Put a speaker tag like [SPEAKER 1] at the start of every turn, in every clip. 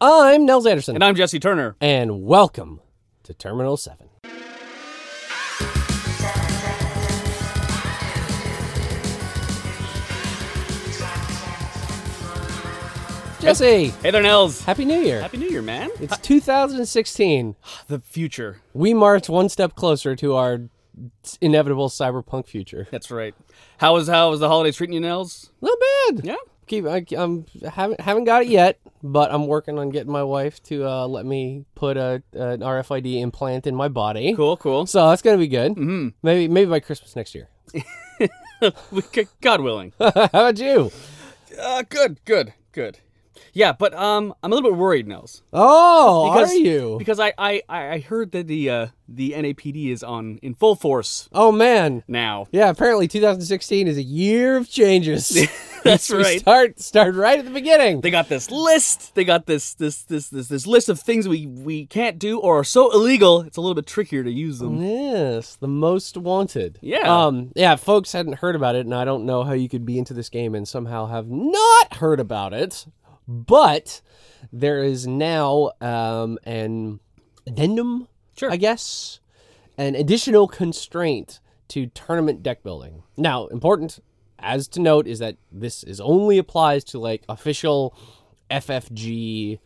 [SPEAKER 1] I'm Nels Anderson,
[SPEAKER 2] And I'm Jesse Turner.
[SPEAKER 1] and welcome to Terminal 7. Jesse,
[SPEAKER 2] Hey there, Nels.
[SPEAKER 1] Happy New Year.
[SPEAKER 2] Happy New Year, man.
[SPEAKER 1] It's 2016.
[SPEAKER 2] The future.
[SPEAKER 1] We march one step closer to our inevitable cyberpunk future.
[SPEAKER 2] That's right. How was how was the holiday treating you, Nels?
[SPEAKER 1] Not bad.
[SPEAKER 2] Yeah.
[SPEAKER 1] Keep I, I'm haven't haven't got it yet, but I'm working on getting my wife to uh, let me put a an RFID implant in my body.
[SPEAKER 2] Cool, cool.
[SPEAKER 1] So that's gonna be good. Mm-hmm. Maybe maybe by Christmas next year.
[SPEAKER 2] We c- God willing.
[SPEAKER 1] How about you?
[SPEAKER 2] Uh, good, good, good. Yeah, but um, I'm a little bit worried, Nels,
[SPEAKER 1] Oh,
[SPEAKER 2] Because-
[SPEAKER 1] are you?
[SPEAKER 2] because I I I I heard that the uh the NAPD is on in full force
[SPEAKER 1] Oh man.
[SPEAKER 2] now.
[SPEAKER 1] Yeah, apparently 2016 is a year of changes.
[SPEAKER 2] That's
[SPEAKER 1] We Start start right at the beginning.
[SPEAKER 2] They got this list. They got this this this this this list of things we we can't do or are so illegal. It's a little bit trickier to use them.
[SPEAKER 1] Yes, the most wanted.
[SPEAKER 2] Yeah.
[SPEAKER 1] Um. Yeah. Folks hadn't heard about it, and I don't know how you could be into this game and somehow have not heard about it. But there is now um an addendum,
[SPEAKER 2] Sure.
[SPEAKER 1] I guess, an additional constraint to tournament deck building. Now, important as to note is that this is only applies to like official FFG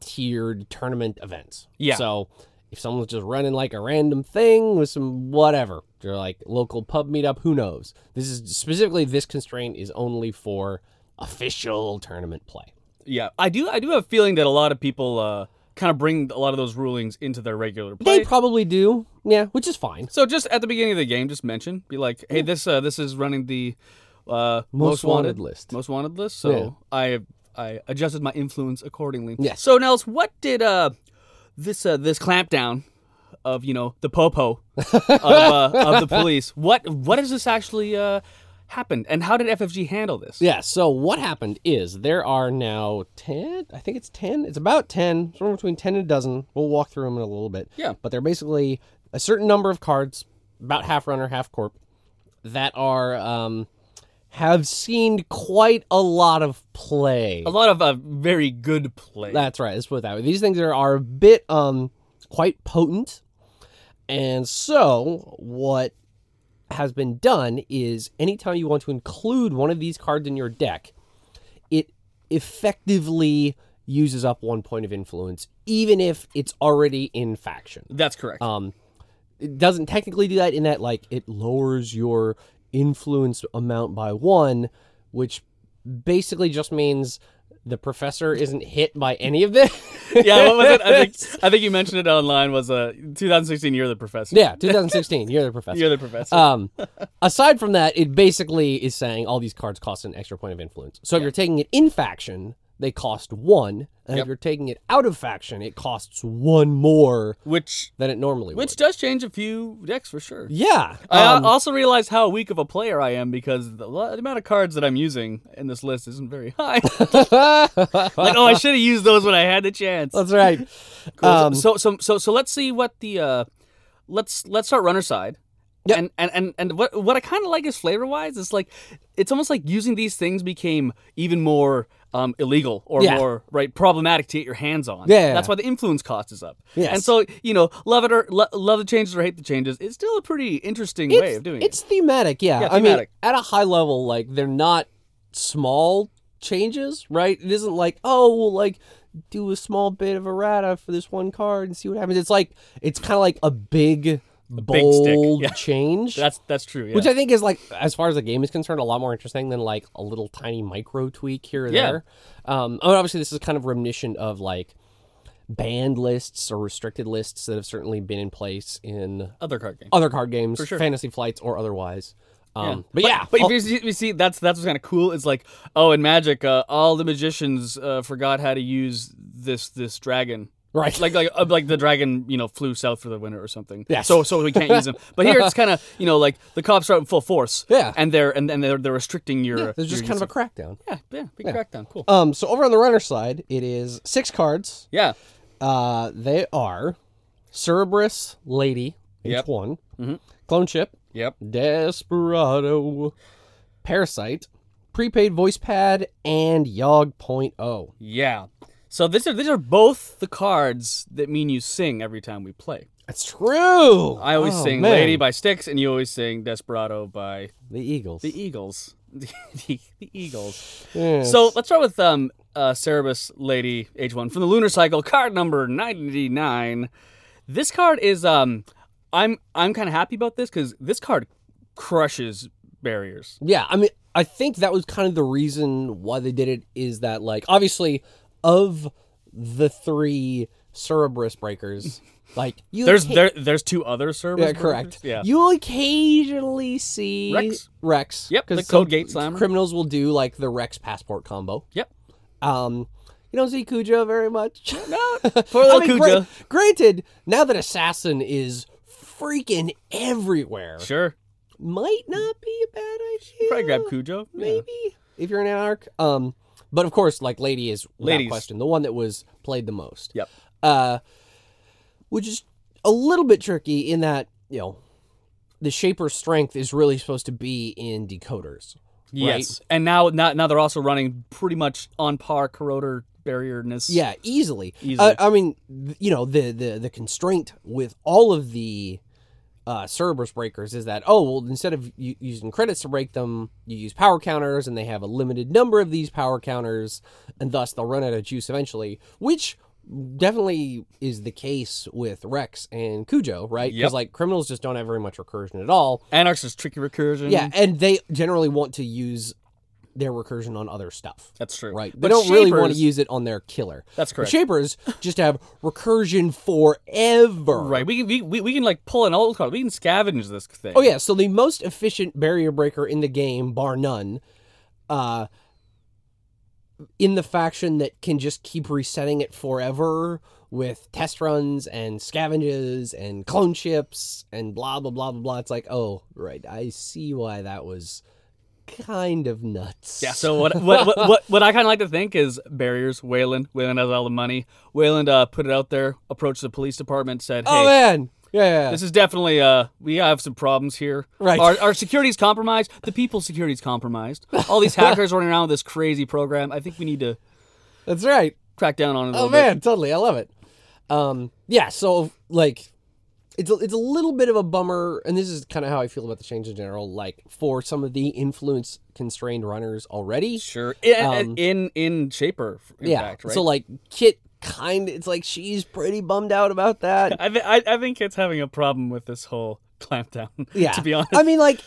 [SPEAKER 1] tiered tournament events.
[SPEAKER 2] Yeah.
[SPEAKER 1] So if someone's just running like a random thing with some whatever, they're like local pub meetup, who knows? This is specifically this constraint is only for official tournament play.
[SPEAKER 2] Yeah, I do. I do have a feeling that a lot of people uh, kind of bring a lot of those rulings into their regular play.
[SPEAKER 1] They probably do. Yeah, which is fine.
[SPEAKER 2] so just at the beginning of the game, just mention, be like, "Hey, this uh, this is running the uh,
[SPEAKER 1] Most wanted list.
[SPEAKER 2] most wanted list." So I I adjusted my influence accordingly.
[SPEAKER 1] Yes.
[SPEAKER 2] So Nels, what did uh this uh, this clampdown of you know the popo of, uh, of the police? What what has this actually uh, happened, and how did FFG handle this?
[SPEAKER 1] Yeah, so what happened is there are now 10, I think it's 10, it's about 10, somewhere between 10 and a dozen. We'll walk through them in a little bit.
[SPEAKER 2] Yeah.
[SPEAKER 1] But they're basically a certain number of cards, about half runner, half corp, that are, um, have seen quite a lot of play.
[SPEAKER 2] A lot of uh, very good play.
[SPEAKER 1] That's right. Let's put it that way. These things are, are a bit um quite potent, and so what has been done is anytime you want to include one of these cards in your deck, it effectively uses up one point of influence, even if it's already in faction
[SPEAKER 2] That's correct.
[SPEAKER 1] um it doesn't technically do that in that like it lowers your influence amount by one which basically just means the professor isn't hit by any of this
[SPEAKER 2] yeah, what was it? I think, I think you mentioned it online. Was uh, 2016 You're the Professor.
[SPEAKER 1] yeah 2016 you're the professor
[SPEAKER 2] You're the Professor.
[SPEAKER 1] um aside from that it basically is saying all these cards cost an extra point of influence so if you're taking it in faction they cost one and if
[SPEAKER 2] Yep.
[SPEAKER 1] you're taking it out of faction it costs one more
[SPEAKER 2] which
[SPEAKER 1] than it normally
[SPEAKER 2] which Uh,
[SPEAKER 1] would
[SPEAKER 2] does change a few decks for sure.
[SPEAKER 1] yeah
[SPEAKER 2] I al-
[SPEAKER 1] um,
[SPEAKER 2] also realized how weak of a player I am because the, lo- the amount of cards that I'm using in this list isn't very high. like, oh, I should have used those when I had the chance.
[SPEAKER 1] um, that's right
[SPEAKER 2] Cool.
[SPEAKER 1] um,
[SPEAKER 2] so, so, so, so let's see what the uh, let's let's start runner side.
[SPEAKER 1] Yep.
[SPEAKER 2] And, and and and what what I kind of like is flavor wise. It's like it's almost like using these things became even more um, illegal or
[SPEAKER 1] Yeah.
[SPEAKER 2] more right problematic to get your hands on.
[SPEAKER 1] Yeah.
[SPEAKER 2] That's why the influence cost is up.
[SPEAKER 1] Yes.
[SPEAKER 2] And so you know, love it or lo- love the changes or hate the changes. It's still a pretty interesting way
[SPEAKER 1] it's-
[SPEAKER 2] of doing
[SPEAKER 1] It's thematic, yeah.
[SPEAKER 2] Yeah,
[SPEAKER 1] I mean,
[SPEAKER 2] thematic.
[SPEAKER 1] at a high level, like they're not small changes, right? It isn't like, oh, we'll like do a small bit of errata for this one card and see what happens. It's like it's kind of like a big,
[SPEAKER 2] stick,
[SPEAKER 1] bold
[SPEAKER 2] yeah.
[SPEAKER 1] change.
[SPEAKER 2] it. That's that's true. Yeah.
[SPEAKER 1] Which I think is like, as far as the game is concerned, a lot more interesting than like a little tiny micro tweak here or
[SPEAKER 2] Yeah.
[SPEAKER 1] there. Um, I mean, obviously, this is kind of reminiscent of like banned lists or restricted lists that have certainly been in place in
[SPEAKER 2] Other card game.
[SPEAKER 1] other card games,
[SPEAKER 2] sure.
[SPEAKER 1] fantasy flights or otherwise. Um, But,
[SPEAKER 2] But
[SPEAKER 1] yeah,
[SPEAKER 2] but
[SPEAKER 1] all-
[SPEAKER 2] if you, see, you see, that's that's what's kind of cool. It's like, oh, in Magic, uh, all the magicians uh, forgot how to use this this dragon.
[SPEAKER 1] right,
[SPEAKER 2] like like uh, like the dragon you know flew south for the winter or something.
[SPEAKER 1] Yes.
[SPEAKER 2] So so we can't use them. But here it's kind of you know like the cops are out in full force.
[SPEAKER 1] Yeah.
[SPEAKER 2] And they're and, and they're they're restricting your. Yeah,
[SPEAKER 1] there's just kind of a crackdown.
[SPEAKER 2] yeah yeah big crackdown. Cool.
[SPEAKER 1] Um, so over on the runner side, it is six cards.
[SPEAKER 2] yeah.
[SPEAKER 1] Uh, they are Cerberus, Lady, each
[SPEAKER 2] Yep. Mm-hmm.
[SPEAKER 1] one, Clone Ship,
[SPEAKER 2] Yep.
[SPEAKER 1] Desperado, Parasite, Prepaid Voice Pad, and Yog Point O.
[SPEAKER 2] Yeah. So these are these are both the cards that mean you sing every time we play.
[SPEAKER 1] That's true.
[SPEAKER 2] I always
[SPEAKER 1] Oh,
[SPEAKER 2] sing
[SPEAKER 1] man.
[SPEAKER 2] "Lady" by Styx, and you always sing "Desperado" by
[SPEAKER 1] the Eagles.
[SPEAKER 2] the Eagles. the, the Eagles.
[SPEAKER 1] Yes.
[SPEAKER 2] So let's start with um, uh, Cerebus Lady Age One from the Lunar Cycle, card number ninety nine. This card is um, I'm I'm kind of happy about this because this card crushes barriers.
[SPEAKER 1] Yeah, I mean, I think that was kind of the reason why they did it is that, like, obviously, of the three Cerberus breakers, like, you
[SPEAKER 2] There's
[SPEAKER 1] occa-
[SPEAKER 2] there there's two other servers.
[SPEAKER 1] yeah, correct.
[SPEAKER 2] Yeah.
[SPEAKER 1] you'll occasionally see
[SPEAKER 2] Rex.
[SPEAKER 1] Rex.
[SPEAKER 2] Yep, the
[SPEAKER 1] 'cause
[SPEAKER 2] Code
[SPEAKER 1] some
[SPEAKER 2] Gate Slammer.
[SPEAKER 1] Criminals will do like the Rex passport combo.
[SPEAKER 2] Yep.
[SPEAKER 1] Um, you don't see Cujo very much.
[SPEAKER 2] No, poor little Cujo.
[SPEAKER 1] gra- granted, now that Assassin is freaking everywhere,
[SPEAKER 2] Sure.
[SPEAKER 1] might not be a bad idea.
[SPEAKER 2] Probably grab Cujo. Yeah.
[SPEAKER 1] maybe if you're an anarch. Um, but of course, like lady is without
[SPEAKER 2] Ladies.
[SPEAKER 1] question the one that was played the most.
[SPEAKER 2] Yep.
[SPEAKER 1] Uh, which is a little bit tricky in that you know the shaper's strength is really supposed to be in decoders.
[SPEAKER 2] Yes. And now, now now they're also running pretty much on par corroder barrierness.
[SPEAKER 1] Yeah, easily.
[SPEAKER 2] Easily.
[SPEAKER 1] Uh, I mean, th- you know, the the the constraint with all of the uh, Cerberus breakers is that oh well, instead of u- using credits to break them, you use power counters, and they have a limited number of these power counters, and thus they'll run out of juice eventually, which definitely is the case with Rex and Cujo, right? Because
[SPEAKER 2] Yep. Mm-hmm.
[SPEAKER 1] like criminals just don't have very much recursion at all.
[SPEAKER 2] Anarchs is tricky recursion.
[SPEAKER 1] Yeah, and they generally want to use their recursion on other stuff.
[SPEAKER 2] That's true.
[SPEAKER 1] Right. They
[SPEAKER 2] But
[SPEAKER 1] don't really want to
[SPEAKER 2] Shapers-
[SPEAKER 1] use it on their killer.
[SPEAKER 2] That's correct.
[SPEAKER 1] Shapers just have recursion forever.
[SPEAKER 2] Right. We can we, we, we can like pull an old card. We can scavenge this thing.
[SPEAKER 1] Oh yeah, so the most efficient barrier breaker in the game, bar none, uh in the faction that can just keep resetting it forever with test runs and scavenges and clone ships and blah blah blah blah blah. It's like, oh right, I see why that was kind of nuts.
[SPEAKER 2] Yeah. So what what what, what, what I kind of like to think is barriers. Wayland. Wayland has all the money. Wayland uh, put it out there. Approached the police department. Said,
[SPEAKER 1] Oh
[SPEAKER 2] "Hey,
[SPEAKER 1] man. Yeah, yeah, yeah.
[SPEAKER 2] This is definitely uh we have some problems here.
[SPEAKER 1] Right.
[SPEAKER 2] Our our security's compromised. The people's security's compromised. All these hackers running around with this crazy program. I think we need to
[SPEAKER 1] That's right.
[SPEAKER 2] crack down on it a
[SPEAKER 1] Oh
[SPEAKER 2] little bit.
[SPEAKER 1] man, totally. I love it. Um, yeah. So like, it's a, it's a little bit of a bummer, and this is kind of how I feel about the change in general. Like for some of the influence constrained runners already.
[SPEAKER 2] Sure. In
[SPEAKER 1] Um,
[SPEAKER 2] in, in Shaper, in
[SPEAKER 1] yeah.
[SPEAKER 2] fact, right?
[SPEAKER 1] So like Kit kind. It's like she's pretty bummed out about that.
[SPEAKER 2] I, th- I I think it's having a problem with this whole clampdown.
[SPEAKER 1] Yeah.
[SPEAKER 2] To be honest.
[SPEAKER 1] I mean, like.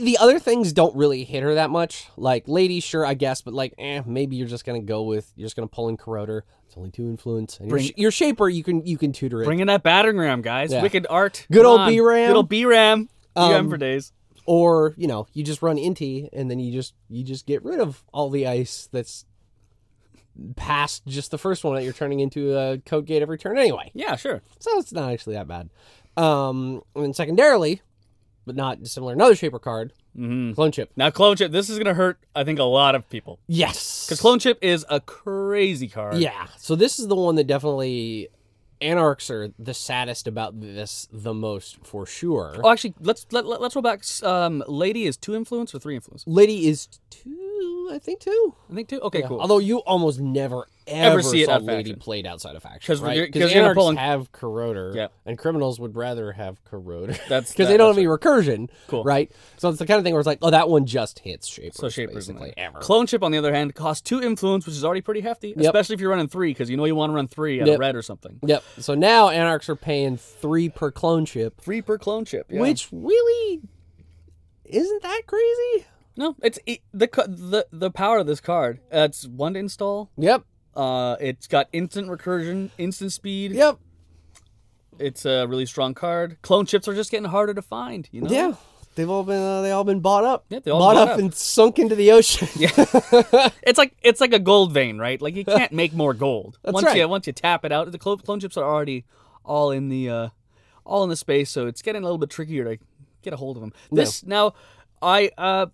[SPEAKER 1] The other things don't really hit her that much. Like, lady, sure, I guess, but like, eh, maybe you're just gonna go with you're just gonna pull in corroder. It's only two influence. And your
[SPEAKER 2] Bring-
[SPEAKER 1] sh- your shaper, you can you can tutor it.
[SPEAKER 2] Bringing that battering ram, guys.
[SPEAKER 1] Yeah.
[SPEAKER 2] Wicked art.
[SPEAKER 1] Good
[SPEAKER 2] Come
[SPEAKER 1] old
[SPEAKER 2] on.
[SPEAKER 1] B-Ram.
[SPEAKER 2] Good old B ram.
[SPEAKER 1] Um,
[SPEAKER 2] ram for days.
[SPEAKER 1] or you know you just run inti and then you just you just get rid of all the ice that's past just the first one that you're turning into a code gate every turn anyway
[SPEAKER 2] Yeah. Sure.
[SPEAKER 1] so it's not actually that bad um and then secondarily but not dissimilar another shaper card
[SPEAKER 2] Mm-hmm.
[SPEAKER 1] clone chip
[SPEAKER 2] Now clone chip. This is gonna hurt. I think a lot of people
[SPEAKER 1] yes
[SPEAKER 2] because clone chip is a crazy card.
[SPEAKER 1] yeah so this is the one that definitely anarchs are the saddest about this the most for sure
[SPEAKER 2] Oh, actually, let's let, let, us roll back. S- Um, lady is two influence or three influence?
[SPEAKER 1] lady is two i think two
[SPEAKER 2] I think two. Okay,
[SPEAKER 1] Yeah,
[SPEAKER 2] cool.
[SPEAKER 1] Although you almost never ever,
[SPEAKER 2] see it
[SPEAKER 1] saw
[SPEAKER 2] out of
[SPEAKER 1] Lady
[SPEAKER 2] faction.
[SPEAKER 1] played outside of faction,
[SPEAKER 2] 'Cause
[SPEAKER 1] right?
[SPEAKER 2] you're- 'cause
[SPEAKER 1] Because
[SPEAKER 2] you're gonna
[SPEAKER 1] anarchs
[SPEAKER 2] pull in-
[SPEAKER 1] have corroder,
[SPEAKER 2] Yeah.
[SPEAKER 1] and criminals would rather have corroder because
[SPEAKER 2] That's that-
[SPEAKER 1] they don't have
[SPEAKER 2] that's
[SPEAKER 1] any recursion,
[SPEAKER 2] Cool.
[SPEAKER 1] right? So it's the kind of thing where it's like, oh, that one just hits shapers,
[SPEAKER 2] So shapers in
[SPEAKER 1] basically
[SPEAKER 2] there.
[SPEAKER 1] ever.
[SPEAKER 2] Clone chip, on the other hand, costs two influence, which is already pretty hefty, especially if you're running three, because you know you want to run three at
[SPEAKER 1] Yep.
[SPEAKER 2] a red or something.
[SPEAKER 1] yep. So now anarchs are paying three per clone chip,
[SPEAKER 2] Three per clone chip, yeah.
[SPEAKER 1] which really isn't that crazy.
[SPEAKER 2] no, it's it, the co- the the power of this card. Uh, it's one to install.
[SPEAKER 1] Yep.
[SPEAKER 2] Uh, it's got instant recursion, instant speed.
[SPEAKER 1] Yep.
[SPEAKER 2] It's a really strong card. Clone chips are just getting harder to find. You know.
[SPEAKER 1] Yeah. They've all been uh, they all been bought up,
[SPEAKER 2] Yeah, they all
[SPEAKER 1] bought,
[SPEAKER 2] bought
[SPEAKER 1] up
[SPEAKER 2] up.
[SPEAKER 1] and sunk into the ocean.
[SPEAKER 2] It's like it's like a gold vein, right? Like you can't make more gold. once
[SPEAKER 1] right.
[SPEAKER 2] you once you tap it out, the clone, clone chips are already all in the uh, all in the space, so it's getting a little bit trickier to get a hold of them. This now, I uh,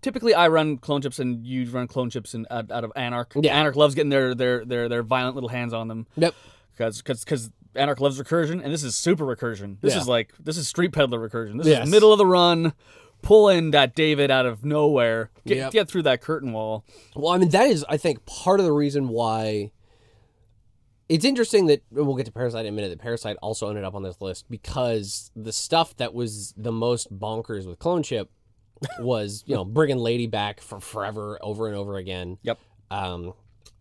[SPEAKER 2] typically I run clone chips and you run clone chips and out, out of Anarch.
[SPEAKER 1] Yeah.
[SPEAKER 2] Anarch loves getting their their their their violent little hands on them
[SPEAKER 1] Yep.
[SPEAKER 2] because because Anarch loves recursion, and this is super recursion. This
[SPEAKER 1] Yeah.
[SPEAKER 2] is like this is street peddler recursion. This
[SPEAKER 1] Yes.
[SPEAKER 2] is middle of the run, pull in that David out of nowhere, get
[SPEAKER 1] Yep.
[SPEAKER 2] get through that curtain wall.
[SPEAKER 1] Well, I mean, that is, I think, part of the reason why it's interesting that we'll get to Parasite in a minute. That Parasite also ended up on this list because the stuff that was the most bonkers with Clone Chip was, you know, bringing Lady back for forever, over and over again.
[SPEAKER 2] Yep.
[SPEAKER 1] Um,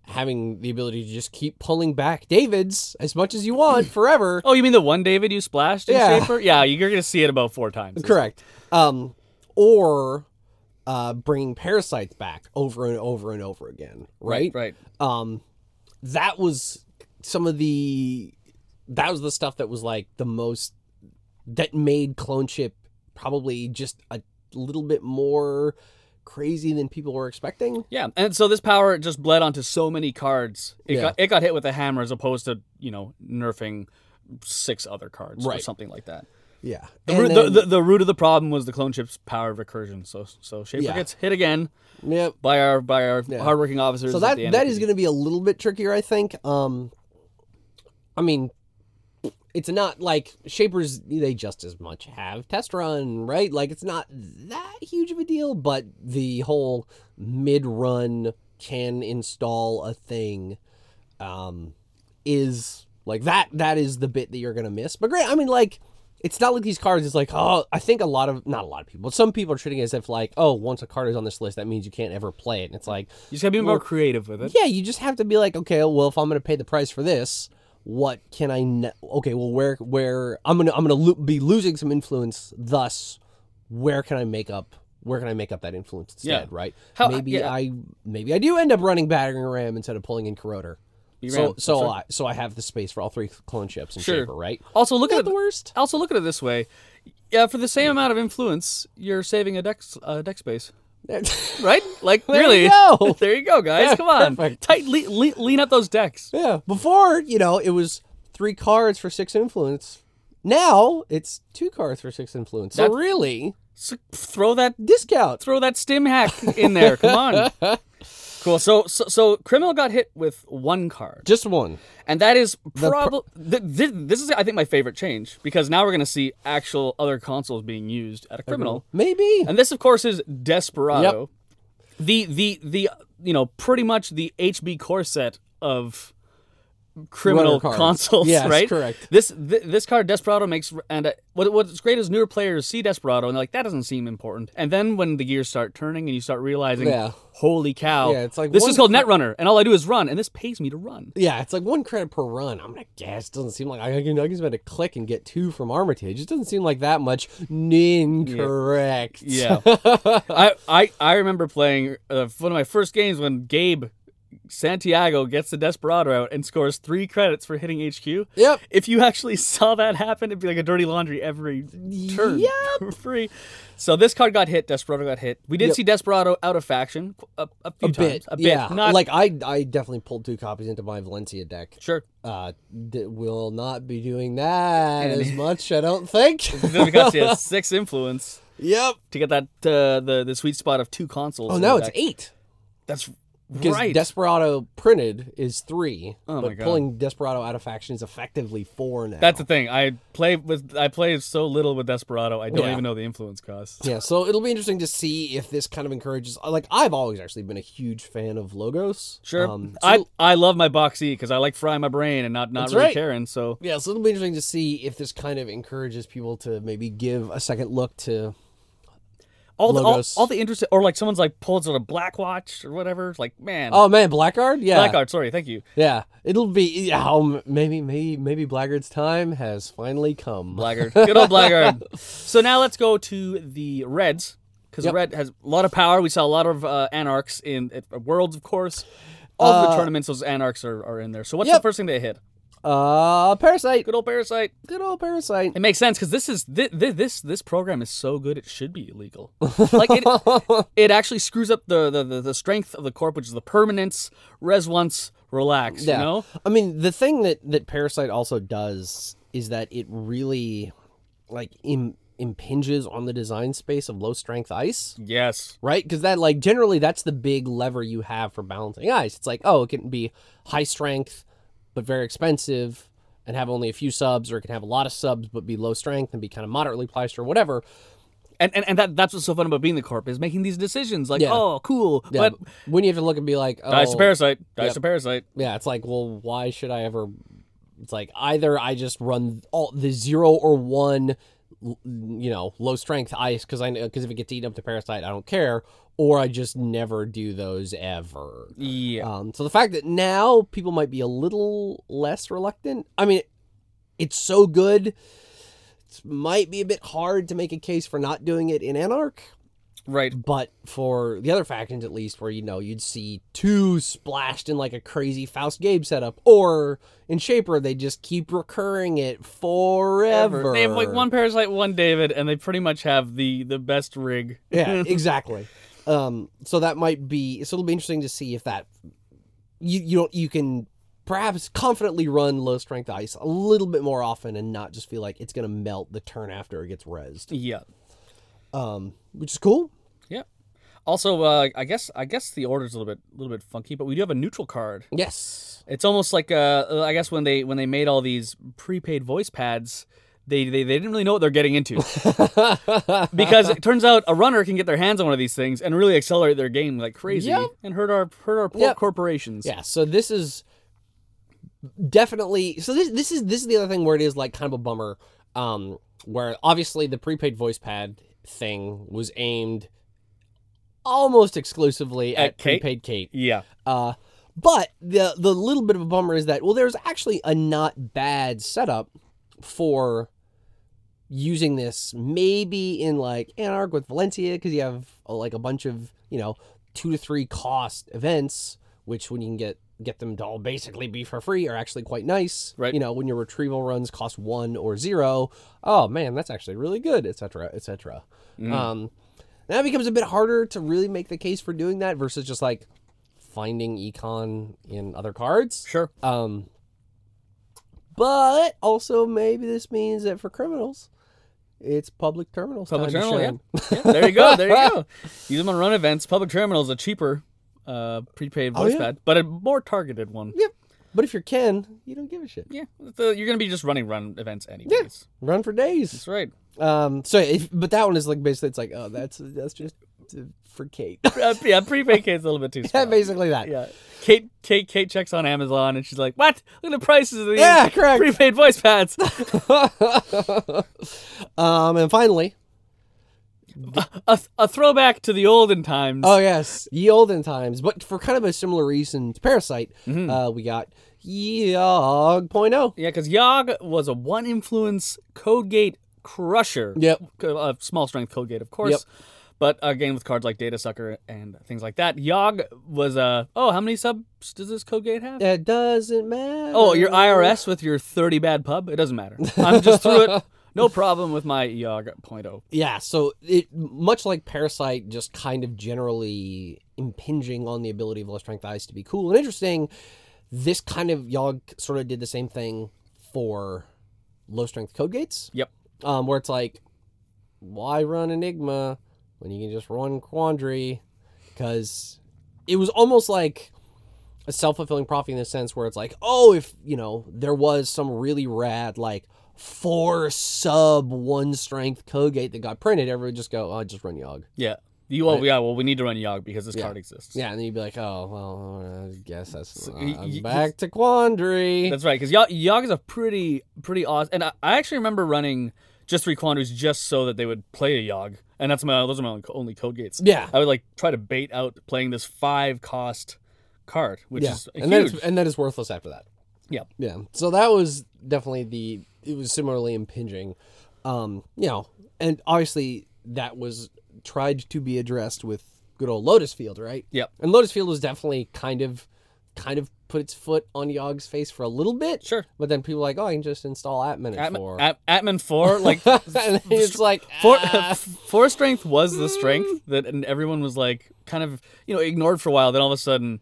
[SPEAKER 1] having the ability to just keep pulling back David's as much as you want forever.
[SPEAKER 2] Oh, you mean the one David you splashed in
[SPEAKER 1] Yeah.
[SPEAKER 2] Shaper? Yeah, you're gonna see it about four times.
[SPEAKER 1] Correct. Um, or uh, bringing parasites back over and over and over again. Right.
[SPEAKER 2] Right.
[SPEAKER 1] um that was some of the that was the stuff that was like the most that made clone chip probably just a little bit more crazy than people were expecting
[SPEAKER 2] Yeah, and so this power just bled onto so many cards. It
[SPEAKER 1] Yeah.
[SPEAKER 2] got it got hit with a hammer as opposed to you know nerfing six other cards or
[SPEAKER 1] Right.
[SPEAKER 2] something like that.
[SPEAKER 1] yeah
[SPEAKER 2] The, root, the, the, the root of the problem was the clone chip's power of recursion. So so Shaper
[SPEAKER 1] Yeah.
[SPEAKER 2] gets hit again
[SPEAKER 1] yep
[SPEAKER 2] by our by our hardworking officers.
[SPEAKER 1] so
[SPEAKER 2] at
[SPEAKER 1] that
[SPEAKER 2] the
[SPEAKER 1] that
[SPEAKER 2] NPD.
[SPEAKER 1] is going to be a little bit trickier i think um i mean it's not like shapers they just as much have test run right like it's not that huge of a deal but the whole mid run can install a thing um is like that that is the bit that you're gonna miss but great i mean like it's not like these cards it's like oh i think a lot of not a lot of people some people are treating it as if like oh once a card is on this list that means you can't ever play it and it's like
[SPEAKER 2] you just gotta be more creative with it.
[SPEAKER 1] yeah, you just have to be like, okay, well, if I'm going to pay the price for this, what can I? Ne- okay, well, where where I'm gonna I'm gonna lo- be losing some influence. Thus, where can I make up? Where can I make up that influence
[SPEAKER 2] Yeah.
[SPEAKER 1] instead? Right?
[SPEAKER 2] How- uh,
[SPEAKER 1] maybe
[SPEAKER 2] yeah.
[SPEAKER 1] I maybe I do end up running battering ram instead of pulling in corroder.
[SPEAKER 2] Be
[SPEAKER 1] So
[SPEAKER 2] around.
[SPEAKER 1] so
[SPEAKER 2] Sure.
[SPEAKER 1] I so I have the space for all three clone ships and
[SPEAKER 2] Sure.
[SPEAKER 1] Shaper, right?
[SPEAKER 2] also look at
[SPEAKER 1] Not
[SPEAKER 2] it,
[SPEAKER 1] the worst.
[SPEAKER 2] also look at it this way. Yeah, for the same amount of influence, you're saving a dex uh, deck space. right? Like
[SPEAKER 1] you
[SPEAKER 2] really?
[SPEAKER 1] go.
[SPEAKER 2] there you go, guys.
[SPEAKER 1] Yeah,
[SPEAKER 2] Come on,
[SPEAKER 1] perfect.
[SPEAKER 2] tight, le- le- lean up those decks.
[SPEAKER 1] Yeah. Before, you know, it was three cards for six influence. Now it's two cards for six influence. So
[SPEAKER 2] That's-
[SPEAKER 1] really,
[SPEAKER 2] So throw that,
[SPEAKER 1] discount.
[SPEAKER 2] throw that stim hack in there. Come on. Cool. So, so, so criminal got hit with one card,
[SPEAKER 1] Just one.
[SPEAKER 2] and that is
[SPEAKER 1] The pr-
[SPEAKER 2] probably th- this is I think my favorite change because now we're gonna see actual other consoles being used at a criminal,
[SPEAKER 1] Maybe.
[SPEAKER 2] and this of course is Desperado, the the the you know pretty much the HB core set of
[SPEAKER 1] Runner
[SPEAKER 2] criminal
[SPEAKER 1] cards.
[SPEAKER 2] consoles,
[SPEAKER 1] Yes,
[SPEAKER 2] right?
[SPEAKER 1] correct.
[SPEAKER 2] This th- this card Desperado makes, and uh, what what's great is newer players see Desperado and they're like, that doesn't seem important. And then when the gears start turning and you start realizing,
[SPEAKER 1] Yeah.
[SPEAKER 2] holy cow,
[SPEAKER 1] Yeah, it's like
[SPEAKER 2] this
[SPEAKER 1] one-
[SPEAKER 2] is called Netrunner, and all I do is run, and this pays me to run.
[SPEAKER 1] Yeah, it's like one credit per run. I'm gonna guess. Doesn't seem like I can, I can spend a click and get two from Armitage. It doesn't seem like that much. Incorrect.
[SPEAKER 2] Yeah, I, I I remember playing uh, one of my first games when Gabe Santiago gets the Desperado out and scores three credits for hitting HQ.
[SPEAKER 1] Yep.
[SPEAKER 2] If you actually saw that happen, it'd be like a dirty laundry every turn
[SPEAKER 1] Yep.
[SPEAKER 2] for free. So this card got hit. Desperado got hit. We did
[SPEAKER 1] Yep.
[SPEAKER 2] see Desperado out of faction a, a few
[SPEAKER 1] A
[SPEAKER 2] times.
[SPEAKER 1] bit.
[SPEAKER 2] A bit.
[SPEAKER 1] Yeah.
[SPEAKER 2] Not
[SPEAKER 1] Like I, I definitely pulled two copies into my Valencia deck.
[SPEAKER 2] sure.
[SPEAKER 1] Uh, d- will not be doing that as much. I don't think.
[SPEAKER 2] Then we got to see a six influence
[SPEAKER 1] yep.
[SPEAKER 2] to get that uh, the the sweet spot of two consoles.
[SPEAKER 1] Oh
[SPEAKER 2] in
[SPEAKER 1] no,
[SPEAKER 2] the
[SPEAKER 1] it's
[SPEAKER 2] deck.
[SPEAKER 1] eight.
[SPEAKER 2] that's
[SPEAKER 1] Because
[SPEAKER 2] right.
[SPEAKER 1] Desperado printed is three,
[SPEAKER 2] Oh
[SPEAKER 1] but
[SPEAKER 2] my God.
[SPEAKER 1] pulling Desperado out of faction is effectively four now.
[SPEAKER 2] That's the thing. I play with I play so little with Desperado. I don't
[SPEAKER 1] Yeah.
[SPEAKER 2] even know the influence cost.
[SPEAKER 1] Yeah, so it'll be interesting to see if this kind of encourages. Like, I've always actually been a huge fan of logos.
[SPEAKER 2] Sure.
[SPEAKER 1] Um, so
[SPEAKER 2] I I love my boxy because I like frying my brain and not not
[SPEAKER 1] That's
[SPEAKER 2] really
[SPEAKER 1] right.
[SPEAKER 2] caring. So
[SPEAKER 1] yeah, so it'll be interesting to see if this kind of encourages people to maybe give a second look to.
[SPEAKER 2] all the, all,
[SPEAKER 1] Logos.
[SPEAKER 2] all the interest or like someone's like pulls out a black watch or whatever. Like man,
[SPEAKER 1] Oh man, Blackguard. Yeah,
[SPEAKER 2] blackguard. Sorry, thank you.
[SPEAKER 1] Yeah, it'll be. Yeah, um, maybe, maybe, maybe Blackguard's time has finally come.
[SPEAKER 2] Blackguard. Good old Blackguard. so now let's go to the Reds because
[SPEAKER 1] Yep.
[SPEAKER 2] Red has a lot of power. We saw a lot of uh, Anarchs in at uh, Worlds, of course. All the tournaments, those Anarchs are, are in there. So what's
[SPEAKER 1] Uh, Yep.
[SPEAKER 2] the first thing they hit?
[SPEAKER 1] uh, parasite.
[SPEAKER 2] Good old Parasite.
[SPEAKER 1] Good old parasite.
[SPEAKER 2] It makes sense because this is this, this this program is so good it should be illegal. Like it, it actually screws up the, the, the, the strength of the corp, which is the permanence. Res once, relax. You know,
[SPEAKER 1] I mean, the thing that that Parasite also does is that it really like Im- impinges on the design space of low strength ice,
[SPEAKER 2] yes,
[SPEAKER 1] right? Because that like generally that's the big lever you have for balancing ice. It's like, oh, it can be high strength but very expensive and have only a few subs or it can have a lot of subs but be low strength and be kind of moderately priced or whatever.
[SPEAKER 2] and, and and that that's what's so fun about being the corp is making these decisions. Like,
[SPEAKER 1] Yeah.
[SPEAKER 2] oh, cool,
[SPEAKER 1] Yeah,
[SPEAKER 2] but
[SPEAKER 1] Um, when you have to look and be like, oh,
[SPEAKER 2] dice a parasite, dice
[SPEAKER 1] Yep.
[SPEAKER 2] a parasite.
[SPEAKER 1] yeah, it's like, well, why should I ever? It's like either I just run all the zero or one, l- you know, low strength ice because I because if it gets eaten up to parasite, I don't care, or I just never do those ever.
[SPEAKER 2] Yeah,
[SPEAKER 1] Um, so the fact that now people might be a little less reluctant, I mean, it's so good. It might be a bit hard to make a case for not doing it in Anarch,
[SPEAKER 2] right.
[SPEAKER 1] but for the other factions at least, where you know you'd see two splashed in like a crazy Faust Gabe setup, or in Shaper they just keep recurring it forever.
[SPEAKER 2] They have like one parasite, one David, and they pretty much have the the best rig.
[SPEAKER 1] yeah, exactly. Um, so that might be so it'll be interesting to see if that you you don't you can perhaps confidently run low strength ice a little bit more often and not just feel like it's gonna melt the turn after it gets rezzed.
[SPEAKER 2] Yeah.
[SPEAKER 1] Um, which is cool.
[SPEAKER 2] Yeah. Also, uh, I guess I guess the order's a little bit a little bit funky, but we do have a neutral card.
[SPEAKER 1] Yes.
[SPEAKER 2] It's almost like uh, I guess when they when they made all these prepaid voice pads, they they, they didn't really know what they're getting into because it turns out a runner can get their hands on one of these things and really accelerate their game like crazy
[SPEAKER 1] Yep.
[SPEAKER 2] and hurt our hurt our poor
[SPEAKER 1] Yep.
[SPEAKER 2] corporations.
[SPEAKER 1] Yeah, so this is definitely so this this is this is the other thing where it is like kind of a bummer um where obviously the prepaid voice pad thing was aimed almost exclusively at,
[SPEAKER 2] At Kate?
[SPEAKER 1] prepaid Kate.
[SPEAKER 2] Yeah.
[SPEAKER 1] Uh but the the little bit of a bummer is that well there's actually a not bad setup for using this maybe in like Anarch with Valencia because you have uh, like a bunch of you know two to three cost events, which when you can get get them to all basically be for free are actually quite nice.
[SPEAKER 2] Right.
[SPEAKER 1] You know when your retrieval runs cost one or zero, oh man, that's actually really good, etc. etc. Um, that becomes a bit harder to really make the case for doing that versus just like finding econ in other cards.
[SPEAKER 2] Sure.
[SPEAKER 1] Um, but also maybe this means that for criminals, it's public terminals.
[SPEAKER 2] Public
[SPEAKER 1] time to
[SPEAKER 2] terminal,
[SPEAKER 1] shine.
[SPEAKER 2] Yeah, there you go. There you go. Use them on run events. Public terminals a cheaper uh, prepaid voice
[SPEAKER 1] Oh, yeah.
[SPEAKER 2] pad, but a more targeted one.
[SPEAKER 1] Yep. But if you're Ken, you don't give a shit.
[SPEAKER 2] Yeah, so you're gonna be just running run events anyways.
[SPEAKER 1] Run for days.
[SPEAKER 2] That's right.
[SPEAKER 1] Um. So, if, but that one is like basically it's like, oh, that's that's just uh, for Kate.
[SPEAKER 2] Uh, yeah, prepaid Kate's a little bit too.
[SPEAKER 1] yeah,
[SPEAKER 2] strong.
[SPEAKER 1] basically that.
[SPEAKER 2] Yeah. Kate, Kate, Kate checks on Amazon and she's like, "What? Look at the prices of these
[SPEAKER 1] Yeah, correct.
[SPEAKER 2] prepaid voice pads."
[SPEAKER 1] um. And finally,
[SPEAKER 2] a, a throwback to the olden times.
[SPEAKER 1] Oh yes, ye olden times. But for kind of a similar reason, to Parasite, uh, we got Yog.0.
[SPEAKER 2] Yeah, because Yogg was a one influence code gate crusher.
[SPEAKER 1] Yep.
[SPEAKER 2] C- uh, small strength code gate, of course.
[SPEAKER 1] Yep.
[SPEAKER 2] But again, with cards like Data Sucker and things like that, Yogg was Uh, oh, how many subs does this code gate have?
[SPEAKER 1] It doesn't matter.
[SPEAKER 2] Oh, your IRS with your 30 bad pub? It doesn't matter. I'm just through it. No problem with my Yogg point oh.
[SPEAKER 1] Yeah, so it much like Parasite, just kind of generally impinging on the ability of low strength eyes to be cool and interesting. This kind of Yogg sort of did the same thing for low strength code gates.
[SPEAKER 2] Yep.
[SPEAKER 1] um, where it's like, why run Enigma when you can just run Quandary? Because it was almost like a self fulfilling prophecy in the sense where it's like, oh, if you know there was some really rad like four sub one strength Kogate that got printed, everyone would just go, oh, just run Yogg.
[SPEAKER 2] Yeah. You, well, yeah, well, we need to run Yogg because this
[SPEAKER 1] Yeah.
[SPEAKER 2] card exists.
[SPEAKER 1] Yeah, and then you'd be like, oh, well, I guess that's
[SPEAKER 2] y-
[SPEAKER 1] I'm
[SPEAKER 2] y-
[SPEAKER 1] back to Quandary.
[SPEAKER 2] That's right, because Yogg, Yogg is a pretty pretty awesome. And I, I actually remember running just three quandaries just so that they would play a Yogg, and that's my those are my only- only code gates.
[SPEAKER 1] Yeah.
[SPEAKER 2] I would like try to bait out playing this five cost card, which
[SPEAKER 1] yeah,
[SPEAKER 2] is
[SPEAKER 1] and then
[SPEAKER 2] huge.
[SPEAKER 1] it's, and then it's worthless after that.
[SPEAKER 2] Yeah.
[SPEAKER 1] yeah. So that was definitely the it was similarly impinging, um, you know, and obviously that was tried to be addressed with good old Lotus Field, right?
[SPEAKER 2] Yep.
[SPEAKER 1] And Lotus Field was definitely kind of, kind of put its foot on Yogg's face for a little bit.
[SPEAKER 2] Sure.
[SPEAKER 1] But then people were like, oh, I can just install Atman at
[SPEAKER 2] Atman,
[SPEAKER 1] four.
[SPEAKER 2] At, Atman four, like
[SPEAKER 1] and it's like
[SPEAKER 2] four,
[SPEAKER 1] ah.
[SPEAKER 2] four strength was the strength that, and everyone was like kind of you know ignored for a while. Then all of a sudden,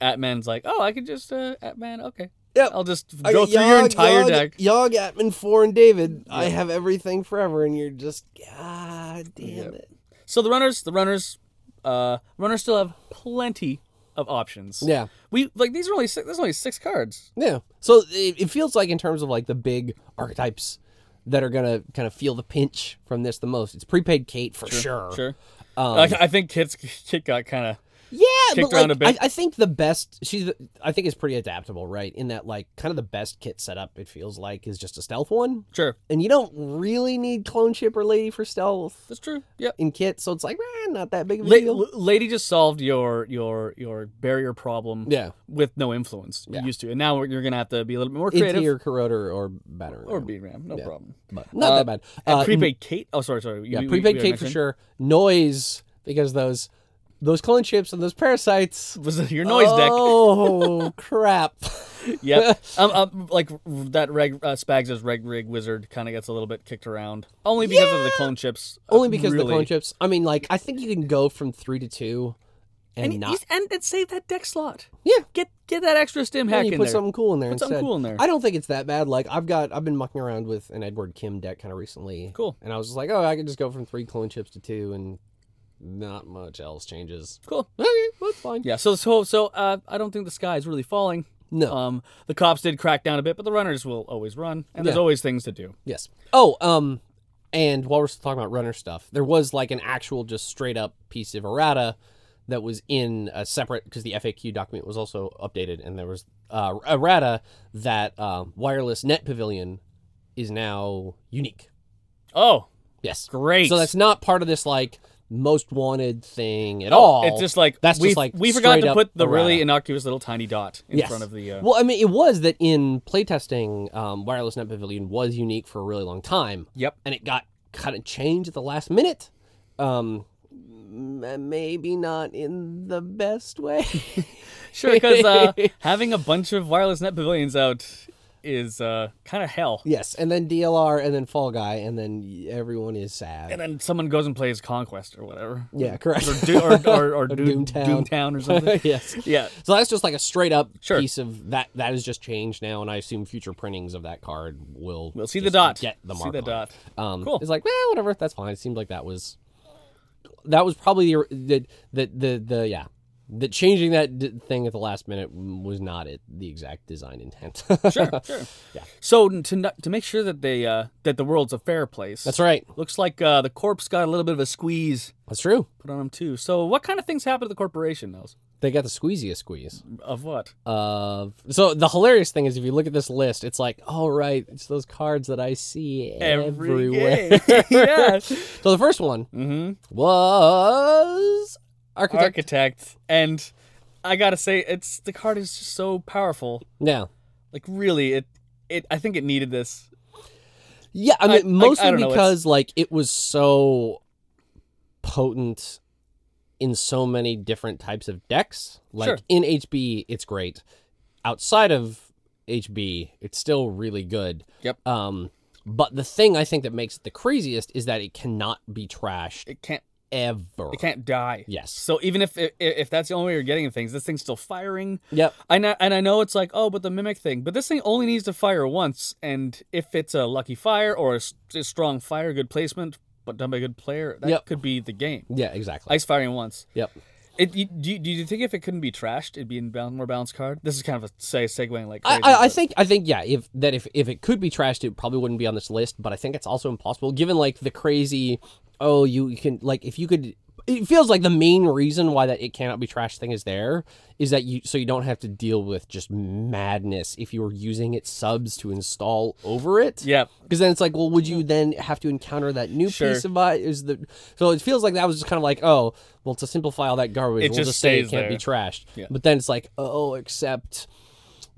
[SPEAKER 2] Atman's like, oh, I could just uh, Atman, okay,
[SPEAKER 1] Yep.
[SPEAKER 2] I'll just
[SPEAKER 1] I
[SPEAKER 2] go
[SPEAKER 1] got
[SPEAKER 2] through your
[SPEAKER 1] Yogg,
[SPEAKER 2] entire
[SPEAKER 1] Yogg,
[SPEAKER 2] deck.
[SPEAKER 1] Yogg, Atman, Four, and David. I have everything forever, and you're just God damn it.
[SPEAKER 2] So the runners, the runners, uh, runners still have plenty of options.
[SPEAKER 1] Yeah.
[SPEAKER 2] we like these are only six, there's only six cards.
[SPEAKER 1] Yeah. So it, it feels like in terms of like the big archetypes that are gonna kind of feel the pinch from this the most. It's prepaid Kate for sure.
[SPEAKER 2] Sure.
[SPEAKER 1] Um,
[SPEAKER 2] I, I think Kit's, Kit got kind of.
[SPEAKER 1] Yeah,
[SPEAKER 2] Kicked
[SPEAKER 1] but like,
[SPEAKER 2] around a bit.
[SPEAKER 1] I, I think the best she's the- I think is pretty adaptable, right? In that like kind of the best kit setup it feels like is just a stealth one,
[SPEAKER 2] Sure.
[SPEAKER 1] and you don't really need clone ship or lady for stealth
[SPEAKER 2] That's true. Yeah.
[SPEAKER 1] in kit, so it's like eh, not that big of a
[SPEAKER 2] La-
[SPEAKER 1] deal.
[SPEAKER 2] l- lady just solved your your your barrier problem
[SPEAKER 1] yeah,
[SPEAKER 2] with no influence. You
[SPEAKER 1] Yeah.
[SPEAKER 2] used to, and now you're gonna have to be a little bit more creative
[SPEAKER 1] Inti or corroder or batter
[SPEAKER 2] or B RAM. No
[SPEAKER 1] Yeah.
[SPEAKER 2] problem.
[SPEAKER 1] but not
[SPEAKER 2] Uh,
[SPEAKER 1] that bad.
[SPEAKER 2] And
[SPEAKER 1] Uh,
[SPEAKER 2] prepaid Kate. Oh, sorry, sorry.
[SPEAKER 1] yeah, prepaid Kate for sure. Noise because those those clone ships and those parasites
[SPEAKER 2] Was it your noise
[SPEAKER 1] Oh crap!
[SPEAKER 2] deck? yep. Um, um, like r- that reg, uh, Spags as reg rig wizard kind of gets a little bit kicked around only because of the clone chips. uh,
[SPEAKER 1] Only because of the
[SPEAKER 2] really.
[SPEAKER 1] clone chips. I mean, like I think you can go from three to two, and,
[SPEAKER 2] and
[SPEAKER 1] not
[SPEAKER 2] he's- and, and save that deck slot.
[SPEAKER 1] Yeah.
[SPEAKER 2] Get get that extra stim
[SPEAKER 1] And
[SPEAKER 2] hack
[SPEAKER 1] you
[SPEAKER 2] in
[SPEAKER 1] put
[SPEAKER 2] there.
[SPEAKER 1] something cool in there
[SPEAKER 2] Put
[SPEAKER 1] instead.
[SPEAKER 2] something cool in there.
[SPEAKER 1] I don't think it's that bad. Like I've got, I've been mucking around with an Edward Kim deck kind of recently.
[SPEAKER 2] Cool.
[SPEAKER 1] And I was just like, oh, I can just go from three clone chips to two, and not much else changes.
[SPEAKER 2] cool.
[SPEAKER 1] Okay, that's fine.
[SPEAKER 2] Yeah. So so so uh, I don't think the sky is really falling.
[SPEAKER 1] No.
[SPEAKER 2] Um, the cops did crack down a bit, but the runners will always run, and there's
[SPEAKER 1] Yeah.
[SPEAKER 2] always things to do.
[SPEAKER 1] Yes. Oh, um, and while we're still talking about runner stuff, there was like an actual just straight up piece of errata that was in a separate because the FAQ document was also updated, and there was uh, errata that um, wireless net pavilion is now unique.
[SPEAKER 2] Oh,
[SPEAKER 1] Yes.
[SPEAKER 2] great!
[SPEAKER 1] So that's not part of this like most wanted thing at
[SPEAKER 2] Oh,
[SPEAKER 1] all.
[SPEAKER 2] It's just like
[SPEAKER 1] That's just
[SPEAKER 2] we
[SPEAKER 1] like
[SPEAKER 2] we forgot
[SPEAKER 1] straight
[SPEAKER 2] to
[SPEAKER 1] up
[SPEAKER 2] put the really
[SPEAKER 1] errata.
[SPEAKER 2] innocuous little tiny dot in
[SPEAKER 1] Yes.
[SPEAKER 2] front of the. Uh,
[SPEAKER 1] well, I mean, it was that in playtesting, um, wireless net pavilion was unique for a really long time.
[SPEAKER 2] yep.
[SPEAKER 1] and it got kind of changed at the last minute. Um, m- maybe not in the best way.
[SPEAKER 2] Sure, because uh, having a bunch of wireless net pavilions out is uh, kind of hell.
[SPEAKER 1] yes, and then DLR, and then Fall Guy, and then everyone is sad.
[SPEAKER 2] And then someone goes and plays Conquest or whatever.
[SPEAKER 1] yeah, correct.
[SPEAKER 2] Or do, or, or, or Doom,
[SPEAKER 1] Doomtown.
[SPEAKER 2] Doomtown or something.
[SPEAKER 1] yes.
[SPEAKER 2] yeah.
[SPEAKER 1] So that's just like a straight up
[SPEAKER 2] Sure.
[SPEAKER 1] piece of that. That is just changed now, and I assume future printings of that card will
[SPEAKER 2] We'll see the
[SPEAKER 1] just
[SPEAKER 2] dot.
[SPEAKER 1] Get the mark
[SPEAKER 2] see the
[SPEAKER 1] on it.
[SPEAKER 2] dot.
[SPEAKER 1] Um,
[SPEAKER 2] Cool.
[SPEAKER 1] It's like, well, whatever. That's fine. It seemed like that was that was probably the the the the, the yeah. The changing that d- thing at the last minute was not it, the exact design intent.
[SPEAKER 2] Sure, sure.
[SPEAKER 1] Yeah.
[SPEAKER 2] So to not- to make sure that they uh, that the world's a fair place.
[SPEAKER 1] That's right.
[SPEAKER 2] Looks like uh, the corpse got a little bit of a squeeze
[SPEAKER 1] That's true.
[SPEAKER 2] put on them too. So what kind of things happen to the corporation, Nels?
[SPEAKER 1] They got the squeeziest squeeze.
[SPEAKER 2] Of what?
[SPEAKER 1] Of so the hilarious thing is if you look at this list, it's like, all right, it's those cards that I see everywhere.
[SPEAKER 2] game. yeah.
[SPEAKER 1] So the first one
[SPEAKER 2] Mm-hmm.
[SPEAKER 1] was architect.
[SPEAKER 2] Architect and I gotta say, it's the card is just so powerful.
[SPEAKER 1] yeah,
[SPEAKER 2] Like really, it it I think it needed this.
[SPEAKER 1] Yeah, I
[SPEAKER 2] I-
[SPEAKER 1] mean,
[SPEAKER 2] I- I
[SPEAKER 1] mostly
[SPEAKER 2] don't know, it's-
[SPEAKER 1] because like it was so potent in so many different types of decks. Like
[SPEAKER 2] Sure.
[SPEAKER 1] in HB, it's great. Outside of HB, it's still really good.
[SPEAKER 2] Yep.
[SPEAKER 1] Um, but the thing I think that makes it the craziest is that it cannot be trashed
[SPEAKER 2] It can't
[SPEAKER 1] ever.
[SPEAKER 2] it can't die.
[SPEAKER 1] Yes.
[SPEAKER 2] So even if if, if that's the only way you're getting things, this thing's still firing.
[SPEAKER 1] Yep.
[SPEAKER 2] I know, and I know it's like, oh, but the mimic thing, but this thing only needs to fire once, and if it's a lucky fire or a, s- a strong fire, good placement, but done by a good player, that
[SPEAKER 1] Yep.
[SPEAKER 2] could be the game.
[SPEAKER 1] Yeah. Exactly.
[SPEAKER 2] Ice firing once.
[SPEAKER 1] Yep.
[SPEAKER 2] It, you, do, you, do you think if it couldn't be trashed, it'd be in bal- more balanced card? This is kind of a say segueing like
[SPEAKER 1] I,
[SPEAKER 2] crazy.
[SPEAKER 1] I, I
[SPEAKER 2] but-
[SPEAKER 1] think I think yeah if that if, if it could be trashed it probably wouldn't be on this list but I think it's also impossible given like the crazy oh you, you can like if you could it feels like the main reason why that it cannot be trashed thing is there is that you so you don't have to deal with just madness if you were using its subs to install over it
[SPEAKER 2] yeah,
[SPEAKER 1] because then it's like well would you then have to encounter that new
[SPEAKER 2] Sure.
[SPEAKER 1] piece of it is the so it feels like that was just kind of like oh well to simplify all that garbage
[SPEAKER 2] It
[SPEAKER 1] we'll
[SPEAKER 2] just
[SPEAKER 1] just, say it
[SPEAKER 2] stays
[SPEAKER 1] can't
[SPEAKER 2] there.
[SPEAKER 1] be trashed
[SPEAKER 2] Yeah.
[SPEAKER 1] but then it's like oh except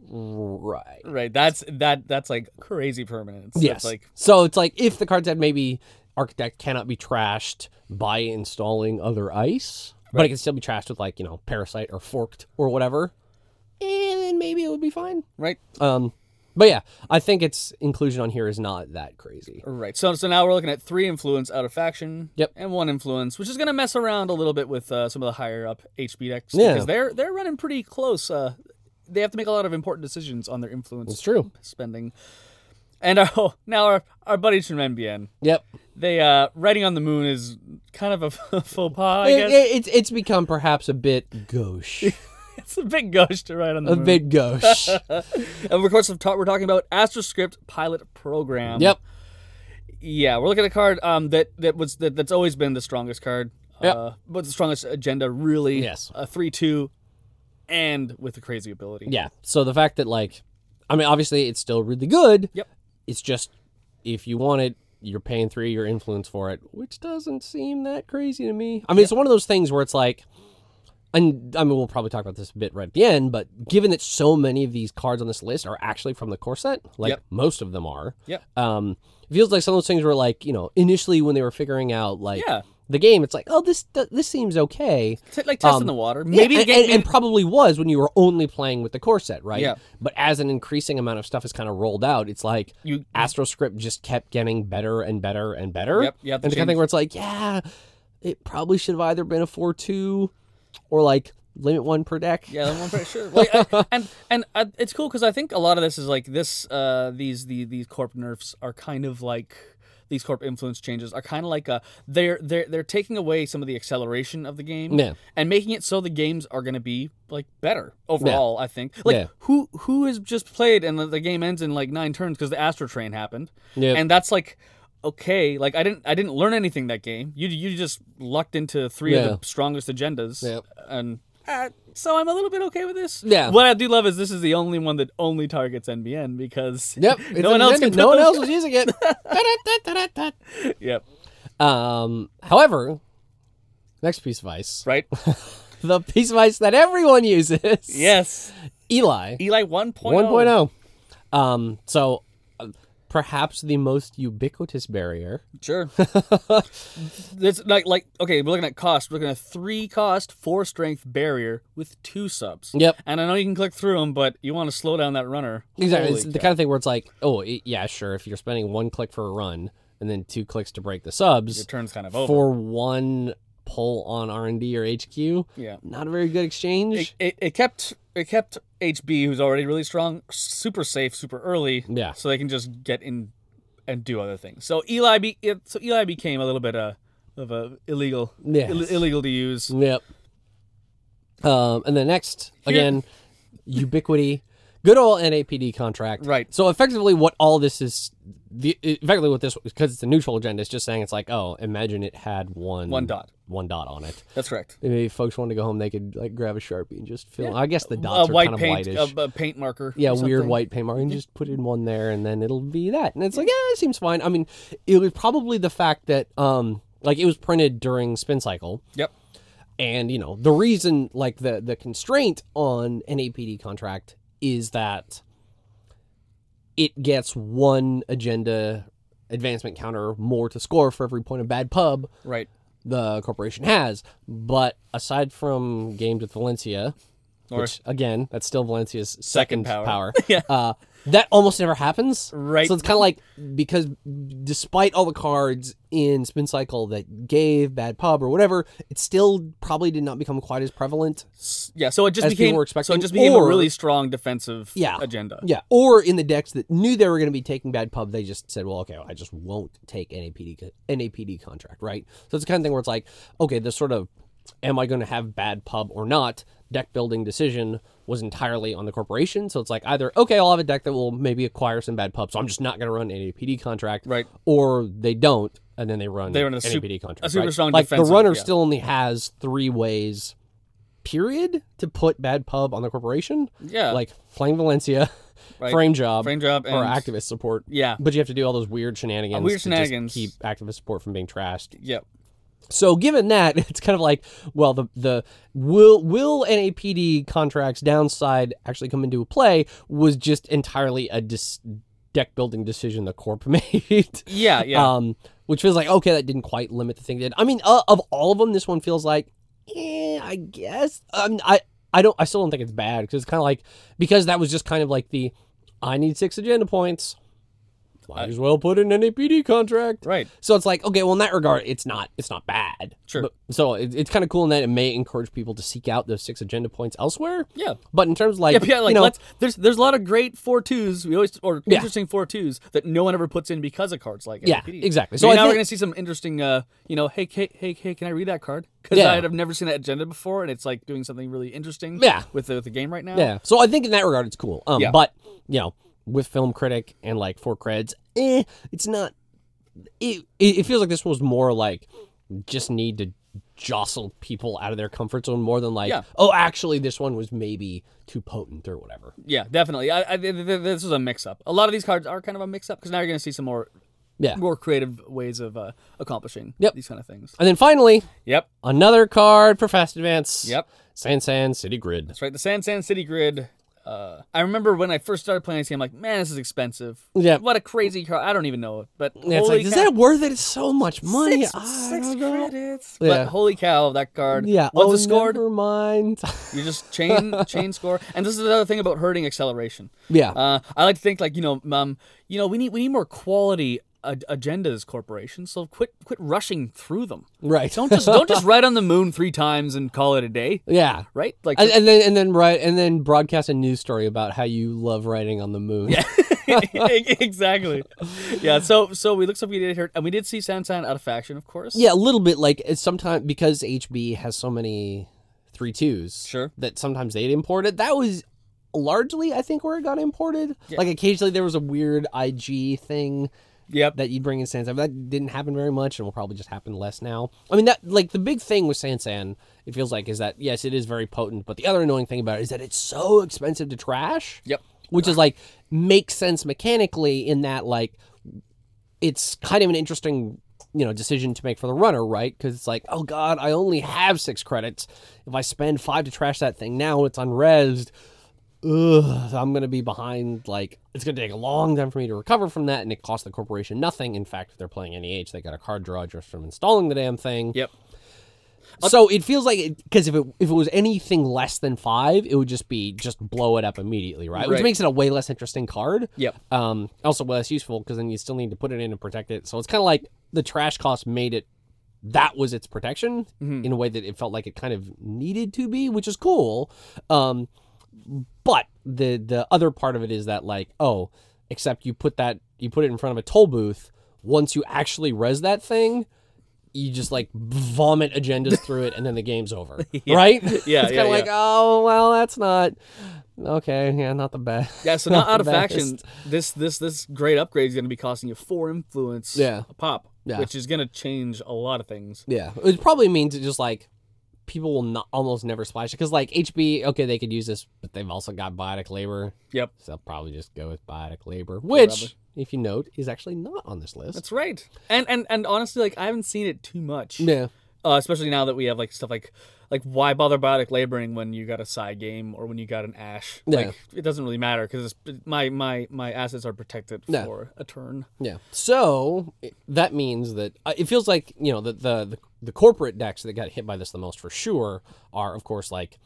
[SPEAKER 1] right
[SPEAKER 2] right. That's that that's like crazy permanence. That's
[SPEAKER 1] Yes.
[SPEAKER 2] like
[SPEAKER 1] so it's like if the card said maybe architect cannot be trashed by installing other ice, but it can still be trashed with like you know parasite or forked or whatever, and then maybe it would be fine.
[SPEAKER 2] right,
[SPEAKER 1] Um, but yeah, I think its inclusion on here is not that crazy.
[SPEAKER 2] right. So so now we're looking at three influence out of faction.
[SPEAKER 1] Yep.
[SPEAKER 2] And one influence, which is gonna mess around a little bit with uh, some of the higher up HB decks
[SPEAKER 1] Yeah.
[SPEAKER 2] because they're they're running pretty close. Uh, they have to make a lot of important decisions on their influence
[SPEAKER 1] It's true.
[SPEAKER 2] spending. And our, oh, now our our buddies from NBN,
[SPEAKER 1] Yep.
[SPEAKER 2] they uh, writing on the moon is kind of a faux pas. I
[SPEAKER 1] It,
[SPEAKER 2] guess
[SPEAKER 1] it- it's it's become perhaps a bit gauche,
[SPEAKER 2] it's a bit gauche to write on the
[SPEAKER 1] a
[SPEAKER 2] moon.
[SPEAKER 1] bit gauche.
[SPEAKER 2] and of course, we've ta- we're talking about AstroScript pilot program.
[SPEAKER 1] yep.
[SPEAKER 2] Yeah, we're looking at a card um, that that was that, that's always been the strongest card. Uh, but the strongest agenda, really.
[SPEAKER 1] Yes.
[SPEAKER 2] A three two, and with a crazy ability.
[SPEAKER 1] Yeah. So the fact that like, I mean, obviously it's still really good.
[SPEAKER 2] Yep.
[SPEAKER 1] It's just if you want it, you're paying three your influence for it, which doesn't seem that crazy to me. I mean, it's one of those things where it's like, and I mean, we'll probably talk about this a bit right at the end, but given that so many of these cards on this list are actually from the core set, like
[SPEAKER 2] Yep.
[SPEAKER 1] most of them are.
[SPEAKER 2] Yep.
[SPEAKER 1] Um, it feels like some of those things were like, you know, initially when they were figuring out like
[SPEAKER 2] Yeah.
[SPEAKER 1] the game, it's like, oh, this this seems okay.
[SPEAKER 2] T- like testing
[SPEAKER 1] Um,
[SPEAKER 2] the water.
[SPEAKER 1] Yeah,
[SPEAKER 2] Maybe
[SPEAKER 1] and,
[SPEAKER 2] the game.
[SPEAKER 1] and, and probably was when you were only playing with the core set, right?
[SPEAKER 2] Yeah.
[SPEAKER 1] But as an increasing amount of stuff is kind of rolled out, it's like
[SPEAKER 2] you
[SPEAKER 1] AstroScript just kept getting better and better and better.
[SPEAKER 2] Yep, you have to
[SPEAKER 1] And the kind of
[SPEAKER 2] change-
[SPEAKER 1] thing where it's like, yeah, it probably should have either been a four two, or like limit one per deck.
[SPEAKER 2] Yeah, I'm pretty sure. Like, I, and and uh, it's cool because I think a lot of this is like this. Uh, these the these corp nerfs are kind of like these corp influence changes are kind of like uh they're they're they're taking away some of the acceleration of the game
[SPEAKER 1] Yeah.
[SPEAKER 2] and making it so the games are going to be like better overall. I think like
[SPEAKER 1] Yeah.
[SPEAKER 2] who who has just played and the- the game ends in like nine turns because the Astro Train happened
[SPEAKER 1] Yep.
[SPEAKER 2] and that's like. Okay, like I didn't, I didn't learn anything that game. You, you just lucked into three
[SPEAKER 1] Yeah.
[SPEAKER 2] of the strongest agendas,
[SPEAKER 1] Yep.
[SPEAKER 2] and uh, so I'm a little bit okay with this.
[SPEAKER 1] Yeah.
[SPEAKER 2] What I do love is this is the only one that only targets NBN because
[SPEAKER 1] Yep. it's
[SPEAKER 2] no one else can.
[SPEAKER 1] independent. No one else was using it. Da-da-da-da-da-da.
[SPEAKER 2] Yep.
[SPEAKER 1] um. However, next piece of ice,
[SPEAKER 2] Right.
[SPEAKER 1] the piece of ice that everyone uses.
[SPEAKER 2] yes.
[SPEAKER 1] Eli.
[SPEAKER 2] Eli oh. 1.0.
[SPEAKER 1] 1.0. Um, so uh, perhaps the most ubiquitous barrier.
[SPEAKER 2] Sure. That's like like okay. We're looking at cost. We're looking at three cost, four strength barrier with two subs.
[SPEAKER 1] Yep.
[SPEAKER 2] And I know you can click through them, but you want to slow down that runner.
[SPEAKER 1] Exactly.
[SPEAKER 2] Holy
[SPEAKER 1] it's the
[SPEAKER 2] cow.
[SPEAKER 1] kind of thing where it's like, oh, i yeah, sure. If you're spending one click for a run and then two clicks to break the
[SPEAKER 2] Your
[SPEAKER 1] subs
[SPEAKER 2] turn's kind of over.
[SPEAKER 1] for one pull on R&D or HQ,
[SPEAKER 2] Yeah.
[SPEAKER 1] not a very good exchange.
[SPEAKER 2] It, it, it kept it kept HB, who's already really strong, super safe, super early.
[SPEAKER 1] yeah.
[SPEAKER 2] so they can just get in and do other things. So Eli, be, it, so Eli became a little bit uh, of a illegal,
[SPEAKER 1] Yeah.
[SPEAKER 2] ill- illegal to use.
[SPEAKER 1] Yep. Um, and the next, again, ubiquity, good old NAPD contract.
[SPEAKER 2] Right.
[SPEAKER 1] So effectively, what all this is, the effectively what this because it's a neutral agenda, it's just saying it's like, oh, imagine it had one
[SPEAKER 2] One dot.
[SPEAKER 1] one dot on it.
[SPEAKER 2] That's correct.
[SPEAKER 1] Maybe if folks wanted to go home, they could like grab a sharpie and just fill. I guess the
[SPEAKER 2] A
[SPEAKER 1] dots are
[SPEAKER 2] white
[SPEAKER 1] kind of
[SPEAKER 2] paint,
[SPEAKER 1] whitish.
[SPEAKER 2] a, a paint marker.
[SPEAKER 1] yeah,
[SPEAKER 2] or
[SPEAKER 1] weird
[SPEAKER 2] something. Mm-hmm.
[SPEAKER 1] white paint mark, and just put in one there, and then it'll be that. And it's like, yeah, it seems fine. I mean, it was probably the fact that, um, like, it was printed during spin cycle,
[SPEAKER 2] Yep.
[SPEAKER 1] and you know the reason like the the constraint on an apd contract is that it gets one agenda advancement counter more to score for every point of bad pub
[SPEAKER 2] Right.
[SPEAKER 1] the corporation has but aside from games with valencia
[SPEAKER 2] Or-
[SPEAKER 1] which again that's still valencia's second,
[SPEAKER 2] power.
[SPEAKER 1] power, uh, that almost never happens
[SPEAKER 2] Right.
[SPEAKER 1] so it's kind of like because despite all the cards in Spin Cycle that gave Bad Pub or whatever, it still probably did not become quite as prevalent.
[SPEAKER 2] S- Yeah. So it just
[SPEAKER 1] As people
[SPEAKER 2] became.
[SPEAKER 1] were
[SPEAKER 2] so it
[SPEAKER 1] expecting,
[SPEAKER 2] just became a
[SPEAKER 1] or-
[SPEAKER 2] really strong defensive
[SPEAKER 1] Yeah.
[SPEAKER 2] agenda.
[SPEAKER 1] Yeah. Or in the decks that knew they were going to be taking Bad Pub, they just said, well, okay, I just won't take NAPD, co- NAPD contract, right? So it's the kind of thing where it's like, okay, this sort of am I going to have Bad Pub or not deck building decision was entirely on the corporation. So it's like either, okay, I'll have a deck that will maybe acquire some Bad Pub, so I'm just not going to run NAPD contract.
[SPEAKER 2] Right.
[SPEAKER 1] or they don't, and then they run
[SPEAKER 2] They run a
[SPEAKER 1] an
[SPEAKER 2] sup-
[SPEAKER 1] APD contract.
[SPEAKER 2] a super
[SPEAKER 1] right?
[SPEAKER 2] strong
[SPEAKER 1] like the
[SPEAKER 2] defensive,
[SPEAKER 1] runner
[SPEAKER 2] yeah.
[SPEAKER 1] still only has three ways, period, to put bad pub on the corporation.
[SPEAKER 2] Yeah.
[SPEAKER 1] Like playing Valencia,
[SPEAKER 2] Right.
[SPEAKER 1] frame job,
[SPEAKER 2] frame job and
[SPEAKER 1] or activist support.
[SPEAKER 2] Yeah.
[SPEAKER 1] But you have to do all those weird shenanigans.
[SPEAKER 2] Weird
[SPEAKER 1] to just
[SPEAKER 2] shenanigans.
[SPEAKER 1] keep activist support from being trashed.
[SPEAKER 2] Yep.
[SPEAKER 1] So given that, it's kind of like, well, the the will will NAPD contracts downside actually come into play was just entirely a dis- deck building decision the corp made.
[SPEAKER 2] Yeah. Yeah.
[SPEAKER 1] Um, which feels like okay, that didn't quite limit the thing. That I mean, uh, of all of them, this one feels like, eh, I guess. I mean, I I don't. I still don't think it's bad because it's kind of like because that was just kind of like the I need six agenda points. Might as well put in an APD contract.
[SPEAKER 2] right.
[SPEAKER 1] So it's like okay, well in that regard, it's not it's not bad.
[SPEAKER 2] Sure.
[SPEAKER 1] But, so it, it's kind of cool in that it may encourage people to seek out those six agenda points elsewhere.
[SPEAKER 2] Yeah.
[SPEAKER 1] But in terms of like,
[SPEAKER 2] Yeah, but yeah, like
[SPEAKER 1] you know,
[SPEAKER 2] let's there's there's a lot of great four twos we always or
[SPEAKER 1] Yeah.
[SPEAKER 2] interesting four twos that no one ever puts in because of cards like
[SPEAKER 1] Yeah,
[SPEAKER 2] NPD.
[SPEAKER 1] exactly.
[SPEAKER 2] So
[SPEAKER 1] So I
[SPEAKER 2] now we're
[SPEAKER 1] think-
[SPEAKER 2] gonna see some interesting uh you know hey hey hey hey can I read that card because
[SPEAKER 1] Yeah.
[SPEAKER 2] I'd have never seen that agenda before and it's like doing something really interesting
[SPEAKER 1] Yeah.
[SPEAKER 2] with the, with the game right now
[SPEAKER 1] Yeah. So I think in that regard, it's cool. Um,
[SPEAKER 2] Yeah.
[SPEAKER 1] But, you know, with Film Critic and like Four Creds, eh, it's not it, it it feels like this was more like just need to jostle people out of their comfort zone more than like
[SPEAKER 2] Yeah.
[SPEAKER 1] oh actually this one was maybe too potent or whatever
[SPEAKER 2] Yeah, definitely. I, I, th- th- th- this was a mix-up. A lot of these cards are kind of a mix-up because now you're going to see some more,
[SPEAKER 1] Yeah.
[SPEAKER 2] more creative ways of uh, accomplishing
[SPEAKER 1] Yep.
[SPEAKER 2] these kind of things.
[SPEAKER 1] and then finally
[SPEAKER 2] Yep,
[SPEAKER 1] another card for fast advance
[SPEAKER 2] yep.
[SPEAKER 1] sansan city grid
[SPEAKER 2] That's right. The San San City Grid. Uh, I remember when I first started playing this game, like, man, this is expensive.
[SPEAKER 1] Yeah.
[SPEAKER 2] What a crazy card. I don't even know it, but
[SPEAKER 1] Yeah, it's
[SPEAKER 2] holy
[SPEAKER 1] like, is
[SPEAKER 2] cow.
[SPEAKER 1] that worth it? It's so much money.
[SPEAKER 2] Six,
[SPEAKER 1] I
[SPEAKER 2] six
[SPEAKER 1] don't know.
[SPEAKER 2] credits.
[SPEAKER 1] Yeah.
[SPEAKER 2] But holy cow, that card.
[SPEAKER 1] Yeah.
[SPEAKER 2] Once
[SPEAKER 1] oh,
[SPEAKER 2] it's scored,
[SPEAKER 1] never mind.
[SPEAKER 2] you just chain chain score. And this is another thing about hurting acceleration.
[SPEAKER 1] yeah.
[SPEAKER 2] Uh, I like to think like you know, um, you know, we need we need more quality a- agendas, corporations. So quit quit rushing through them.
[SPEAKER 1] right.
[SPEAKER 2] Don't just don't just ride on the moon three times and call it a day,
[SPEAKER 1] yeah.
[SPEAKER 2] right? Like
[SPEAKER 1] And, and then and then right and then broadcast a news story about how you love riding on the moon. Yeah.
[SPEAKER 2] exactly. Yeah. So so we looked up we did here, and we did see Sansan out of faction, of course.
[SPEAKER 1] yeah, a little bit like it's sometimes because HB has so many three twos.
[SPEAKER 2] Sure.
[SPEAKER 1] That sometimes they'd import it. That was largely, I think, where it got imported.
[SPEAKER 2] Yeah.
[SPEAKER 1] Like occasionally there was a weird IG thing
[SPEAKER 2] Yep.
[SPEAKER 1] that you'd bring in Sansan. But that didn't happen very much and will probably just happen less now. I mean, that like the big thing with Sansan, it feels like, is that yes, it is very potent, but the other annoying thing about it is that it's so expensive to trash.
[SPEAKER 2] Yep.
[SPEAKER 1] Which is like makes sense mechanically in that like it's kind of an interesting you know decision to make for the runner right because it's like oh god i only have six credits if i spend five to trash that thing now it's unresed ugh, i'm gonna be behind like it's gonna take a long time for me to recover from that and it costs the corporation nothing in fact if they're playing neh they got a card draw just from installing the damn thing
[SPEAKER 2] Yep.
[SPEAKER 1] so it feels like because if it if it was anything less than five, it would just be just blow it up immediately, right? Which
[SPEAKER 2] Right.
[SPEAKER 1] makes it a way less interesting card.
[SPEAKER 2] Yep.
[SPEAKER 1] Um. Also, less useful because then you still need to put it in and protect it. So it's kind of like the trash cost made it. That was its protection in a way that it felt like it kind of needed to be, which is cool. Um, but the the other part of it is that like oh, except you put that you put it in front of a toll booth. Once you actually res that thing, you just like vomit agendas through it and then the game's over right it's
[SPEAKER 2] yeah,
[SPEAKER 1] kind of like oh well that's not okay yeah not the best
[SPEAKER 2] Yeah, so not out of
[SPEAKER 1] the
[SPEAKER 2] faction. This this this great upgrade is going to be costing you four influence
[SPEAKER 1] Yeah.
[SPEAKER 2] a pop,
[SPEAKER 1] Yeah.
[SPEAKER 2] which is going to change a lot of things.
[SPEAKER 1] yeah it probably means it just like people will not almost never splash it because like hb okay they could use this but they've also got biotic labor
[SPEAKER 2] Yep,
[SPEAKER 1] so they'll probably just go with biotic labor which if you note is actually not on this list
[SPEAKER 2] that's right. And and and honestly, like I haven't seen it too much,
[SPEAKER 1] yeah
[SPEAKER 2] uh, especially now that we have like stuff like like why bother biotic laboring when you got a side game or when you got an ash?
[SPEAKER 1] Yeah.
[SPEAKER 2] Like it doesn't really matter because my my my assets are protected
[SPEAKER 1] No.
[SPEAKER 2] for a turn.
[SPEAKER 1] Yeah. So it- that means that uh, it feels like you know the, the the the corporate decks that got hit by this the most for sure are of course like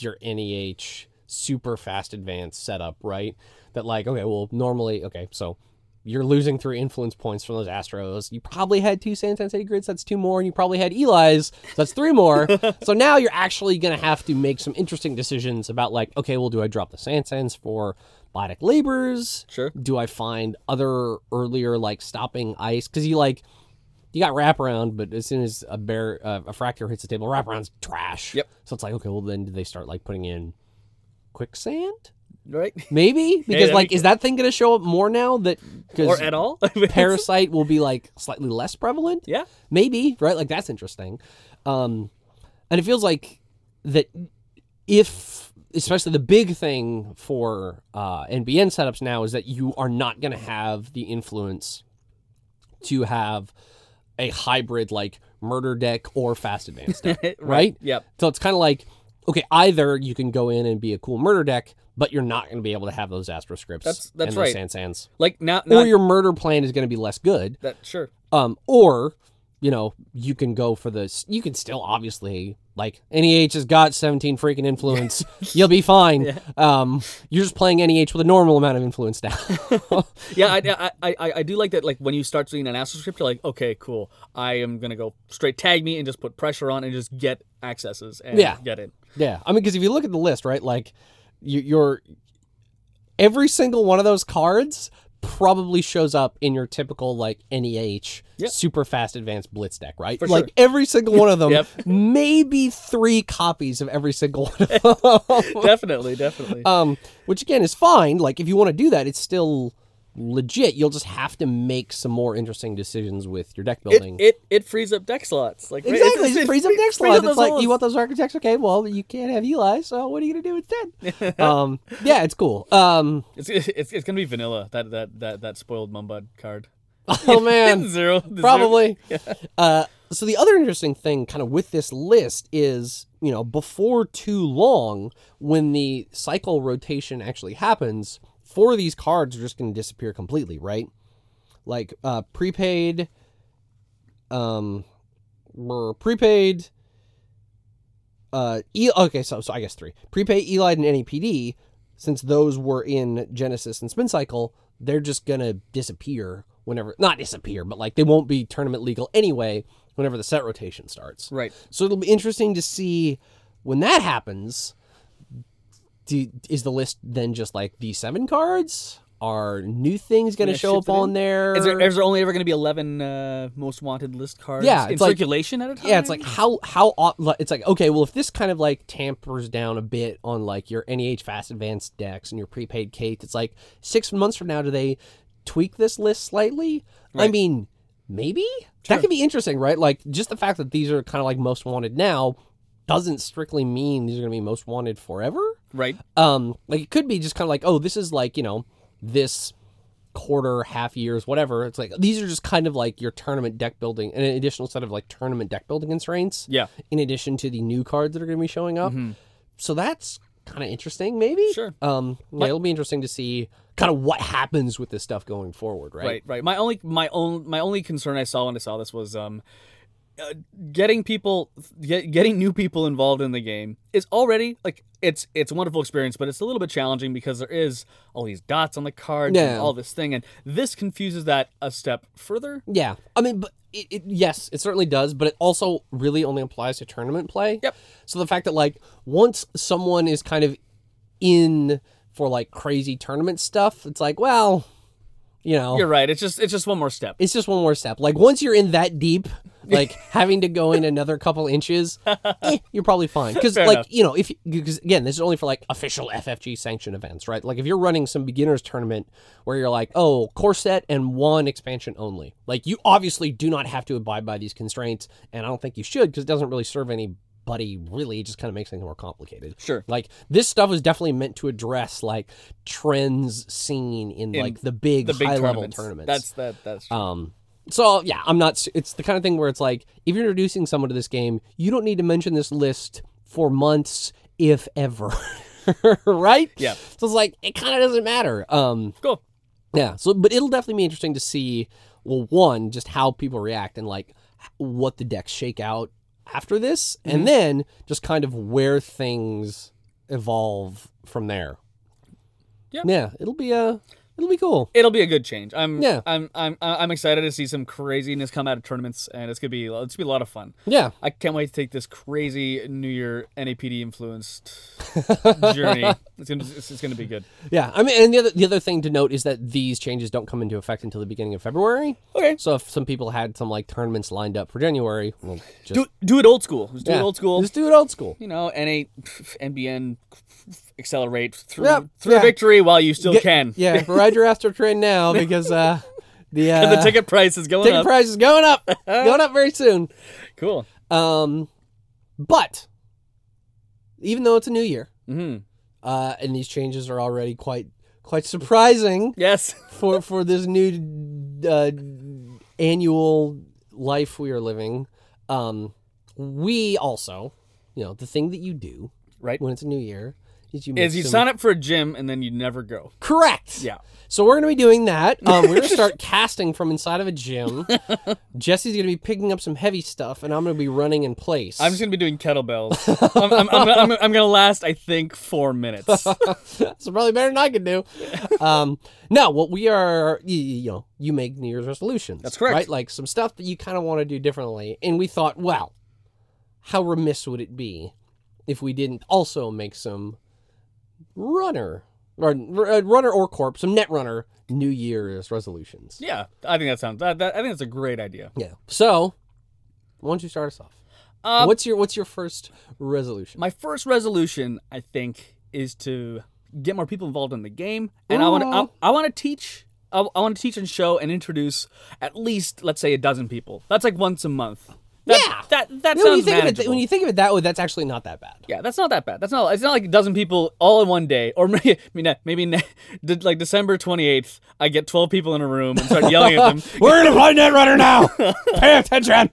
[SPEAKER 1] your NEH super fast advance setup, right? That like okay, well normally okay, so you're losing three influence points from those Astros. You probably had two San San City grids, that's two more, and you probably had Eli's, so that's three more. so now you're actually gonna have to make some interesting decisions about like okay, well do I drop the Sansans for Biotic Labors?
[SPEAKER 2] Sure.
[SPEAKER 1] do I find other earlier like stopping ice? Because you like you got wraparound, but as soon as a bear uh, a fracture hits the table, wraparound's trash.
[SPEAKER 2] Yep.
[SPEAKER 1] So it's like okay, well then do they start like putting in quicksand?
[SPEAKER 2] Right.
[SPEAKER 1] Maybe because
[SPEAKER 2] that'd
[SPEAKER 1] like
[SPEAKER 2] be
[SPEAKER 1] is that thing going to show up more now that
[SPEAKER 2] Or
[SPEAKER 1] because
[SPEAKER 2] at all?
[SPEAKER 1] parasite will be like slightly less prevalent?
[SPEAKER 2] yeah.
[SPEAKER 1] maybe right like that's interesting um and it feels like that if especially the big thing for uh nbn setups now is that you are not going to have the influence to have a hybrid like murder deck or fast advance deck Right?
[SPEAKER 2] Yep.
[SPEAKER 1] so it's kind of like okay either you can go in and be a cool murder deck but you're not going to be able to have those astro scripts
[SPEAKER 2] That's- that's
[SPEAKER 1] and those
[SPEAKER 2] right.
[SPEAKER 1] sansans
[SPEAKER 2] Like now. now
[SPEAKER 1] or your murder plan is going to be less good
[SPEAKER 2] that sure.
[SPEAKER 1] um, or you know, you can go for this. You can still obviously like NEH has got 17 freaking influence. You'll be fine. Um, you're just playing NEH with a normal amount of influence now.
[SPEAKER 2] Yeah, I, I, I, I do like that. Like when you start seeing an astral script, you're like, okay, cool. I am gonna go straight tag me and just put pressure on and just get accesses and
[SPEAKER 1] Yeah.
[SPEAKER 2] get it.
[SPEAKER 1] yeah, I mean, because if you look at the list, right, like you, your every single one of those cards probably shows up in your typical like NEH
[SPEAKER 2] Yeah.
[SPEAKER 1] super fast advanced blitz deck, right?
[SPEAKER 2] For
[SPEAKER 1] like
[SPEAKER 2] sure.
[SPEAKER 1] every single one of them,
[SPEAKER 2] Yep.
[SPEAKER 1] maybe three copies of every single one of them.
[SPEAKER 2] definitely, definitely.
[SPEAKER 1] Uh, um, which again is fine. Like if you want to do that, it's still legit, you'll just have to make some more interesting decisions with your deck building.
[SPEAKER 2] It, it it frees up deck slots. Like right,
[SPEAKER 1] exactly,
[SPEAKER 2] it's-
[SPEAKER 1] just
[SPEAKER 2] it
[SPEAKER 1] frees up
[SPEAKER 2] free-
[SPEAKER 1] deck
[SPEAKER 2] frees
[SPEAKER 1] slots.
[SPEAKER 2] those
[SPEAKER 1] It's like
[SPEAKER 2] holes.
[SPEAKER 1] you want those architects, okay? Well, you can't have Eli, so what are you gonna do instead? um, yeah, it's cool. Um,
[SPEAKER 2] It's, it's, it's gonna be vanilla. That that that that spoiled Mumbud card.
[SPEAKER 1] oh man,
[SPEAKER 2] zero.
[SPEAKER 1] probably. Uh, so the other interesting thing, kind of with this list, is you know before too long, when the cycle rotation actually happens, four of these cards are just going to disappear completely, right? Like uh, prepaid, um, brr, prepaid. Uh, e- okay, so so I guess three prepaid, Eli, and NAPD. Since those were in Genesis and Spin Cycle, they're just gonna disappear whenever not disappear, but like they won't be tournament legal anyway. Whenever the set rotation starts,
[SPEAKER 2] Right.
[SPEAKER 1] so it'll be interesting to see when that happens. Do, is the list then just like the seven cards? Are new things going to
[SPEAKER 2] Yeah,
[SPEAKER 1] show up
[SPEAKER 2] shifted in.
[SPEAKER 1] on there?
[SPEAKER 2] Is there, is there only ever going to be eleven uh, most wanted list cards?
[SPEAKER 1] Yeah,
[SPEAKER 2] in
[SPEAKER 1] it's like-
[SPEAKER 2] circulation at a time.
[SPEAKER 1] yeah, it's like how how au- li- it's like okay, well if this kind of like tampers down a bit on like your NEH fast advanced decks and your prepaid Kate, it's like six months from now do they tweak this list slightly? I
[SPEAKER 2] Right.
[SPEAKER 1] mean, maybe
[SPEAKER 2] Sure.
[SPEAKER 1] that could be interesting, right? Like just the fact that these are kind of like most wanted now doesn't strictly mean these are going to be most wanted forever
[SPEAKER 2] right.
[SPEAKER 1] um like it could be just kind of like oh this is like you know this quarter half years whatever it's like these are just kind of like your tournament deck building an additional set of like tournament deck building constraints
[SPEAKER 2] Yeah. Mm-hmm.
[SPEAKER 1] in addition to the new cards that are going to be showing up so that's kind of interesting maybe
[SPEAKER 2] Sure.
[SPEAKER 1] um yeah, it'll be interesting to see kind of what happens with this stuff going forward right,
[SPEAKER 2] Right. Right. My only my own my only concern I saw when I saw this was um, uh, getting people get, getting new people involved in the game is already like it's it's a wonderful experience, but it's a little bit challenging because there is all these dots on the cards
[SPEAKER 1] Yeah.
[SPEAKER 2] and all this thing, and this confuses that a step further.
[SPEAKER 1] Yeah, I mean, but it, it, yes, it certainly does, but it also really only applies to tournament play.
[SPEAKER 2] Yep.
[SPEAKER 1] So the fact that like once someone is kind of in for like crazy tournament stuff, it's like, well, you know,
[SPEAKER 2] You're right. It's just it's just one more step.
[SPEAKER 1] it's just one more step. Like once you're in that deep, like having to go in another couple inches, eh, you're probably fine. Because
[SPEAKER 2] Fair
[SPEAKER 1] like
[SPEAKER 2] enough.
[SPEAKER 1] you know, if because again, this is only for like official FFG sanctioned events, right? Like if you're running some beginners tournament where you're like, oh, core set and one expansion only, like you obviously do not have to abide by these constraints, and I don't think you should because it doesn't really serve anybody really. It just kind of makes things more complicated.
[SPEAKER 2] Sure.
[SPEAKER 1] Like this stuff is definitely meant to address like trends seen in,
[SPEAKER 2] In
[SPEAKER 1] like the big,
[SPEAKER 2] The big
[SPEAKER 1] high level
[SPEAKER 2] tournaments.
[SPEAKER 1] tournaments.
[SPEAKER 2] That's that. That's true.
[SPEAKER 1] Um, so yeah, I'm not. s- It's the kind of thing where it's like if you're introducing someone to this game, you don't need to mention this list for months, if ever, right?
[SPEAKER 2] Yeah.
[SPEAKER 1] So it's like it kind of doesn't matter. Um,
[SPEAKER 2] cool.
[SPEAKER 1] yeah. So, but it'll definitely be interesting to see. Well, one, just how people react and like h- what the decks shake out after this,
[SPEAKER 2] Mm-hmm.
[SPEAKER 1] and then just kind of where things evolve from there.
[SPEAKER 2] Yeah.
[SPEAKER 1] Yeah. It'll be uh It'll be cool.
[SPEAKER 2] It'll be a good change. I'm
[SPEAKER 1] Yeah.
[SPEAKER 2] I'm I'm I'm excited to see some craziness come out of tournaments, and it's gonna be it's gonna be a lot of fun.
[SPEAKER 1] Yeah.
[SPEAKER 2] I can't wait to take this crazy New Year NAPD influenced journey. It's gonna it's, it's gonna be good.
[SPEAKER 1] Yeah, I mean, and the other the other thing to note is that these changes don't come into effect until the beginning of February.
[SPEAKER 2] Okay.
[SPEAKER 1] So if some people had some like tournaments lined up for January, well, just
[SPEAKER 2] Do do it old school. Just do
[SPEAKER 1] yeah,
[SPEAKER 2] it old school.
[SPEAKER 1] Just do it old school.
[SPEAKER 2] you know, NA, NBN, accelerate through
[SPEAKER 1] Yep,
[SPEAKER 2] through
[SPEAKER 1] yeah.
[SPEAKER 2] victory while you still can.
[SPEAKER 1] Yeah, ride your Astro train now because uh, the uh,
[SPEAKER 2] the ticket price is going
[SPEAKER 1] ticket
[SPEAKER 2] up.
[SPEAKER 1] price is going up, going up very soon.
[SPEAKER 2] cool.
[SPEAKER 1] Um, but even though it's a new year,
[SPEAKER 2] hmm
[SPEAKER 1] uh, and these changes are already quite quite surprising.
[SPEAKER 2] Yes.
[SPEAKER 1] for for this new uh, annual life we are living. Um, we also, you know, the thing that you do
[SPEAKER 2] Right.
[SPEAKER 1] when it's a new year is you make
[SPEAKER 2] Is you
[SPEAKER 1] some-
[SPEAKER 2] sign up for a gym and then you never go.
[SPEAKER 1] correct.
[SPEAKER 2] Yeah.
[SPEAKER 1] So we're gonna be doing that. Um, we're gonna start casting from inside of a gym. Jesse's gonna be picking up some heavy stuff, and I'm gonna be running in place.
[SPEAKER 2] I'm just gonna be doing kettlebells. I'm, I'm, I'm, I'm, I'm gonna last, I think, four minutes.
[SPEAKER 1] That's probably better than I could do. um, no, what we are, you, you know, you make New Year's resolutions.
[SPEAKER 2] That's correct.
[SPEAKER 1] Right? Like some stuff that you kind of want to do differently. And we thought, well, how remiss would it be if we didn't also make some runner, or, uh, runner or corp, some net runner New Year's resolutions?
[SPEAKER 2] yeah, I think that sounds. That, that, I think that's a great idea.
[SPEAKER 1] Yeah. So, why don't you start us off?
[SPEAKER 2] Um,
[SPEAKER 1] what's your What's your first resolution?
[SPEAKER 2] My first resolution, I think, is to get more people involved in the game, and I want to. I,
[SPEAKER 1] Ooh.
[SPEAKER 2] I want to teach I, I want to teach and show and introduce at least let's say a dozen people. That's like once a month. That,
[SPEAKER 1] Yeah.
[SPEAKER 2] that that
[SPEAKER 1] when, you think
[SPEAKER 2] sounds
[SPEAKER 1] of it,
[SPEAKER 2] manageable.
[SPEAKER 1] when you think of it that way, that's actually not that bad.
[SPEAKER 2] yeah, that's not that bad. That's not. It's not like a dozen people all in one day, or maybe maybe, maybe ne- did, like December twenty eighth. I get twelve people in a room and start yelling at them.
[SPEAKER 1] We're in a blind net runner now. Pay attention.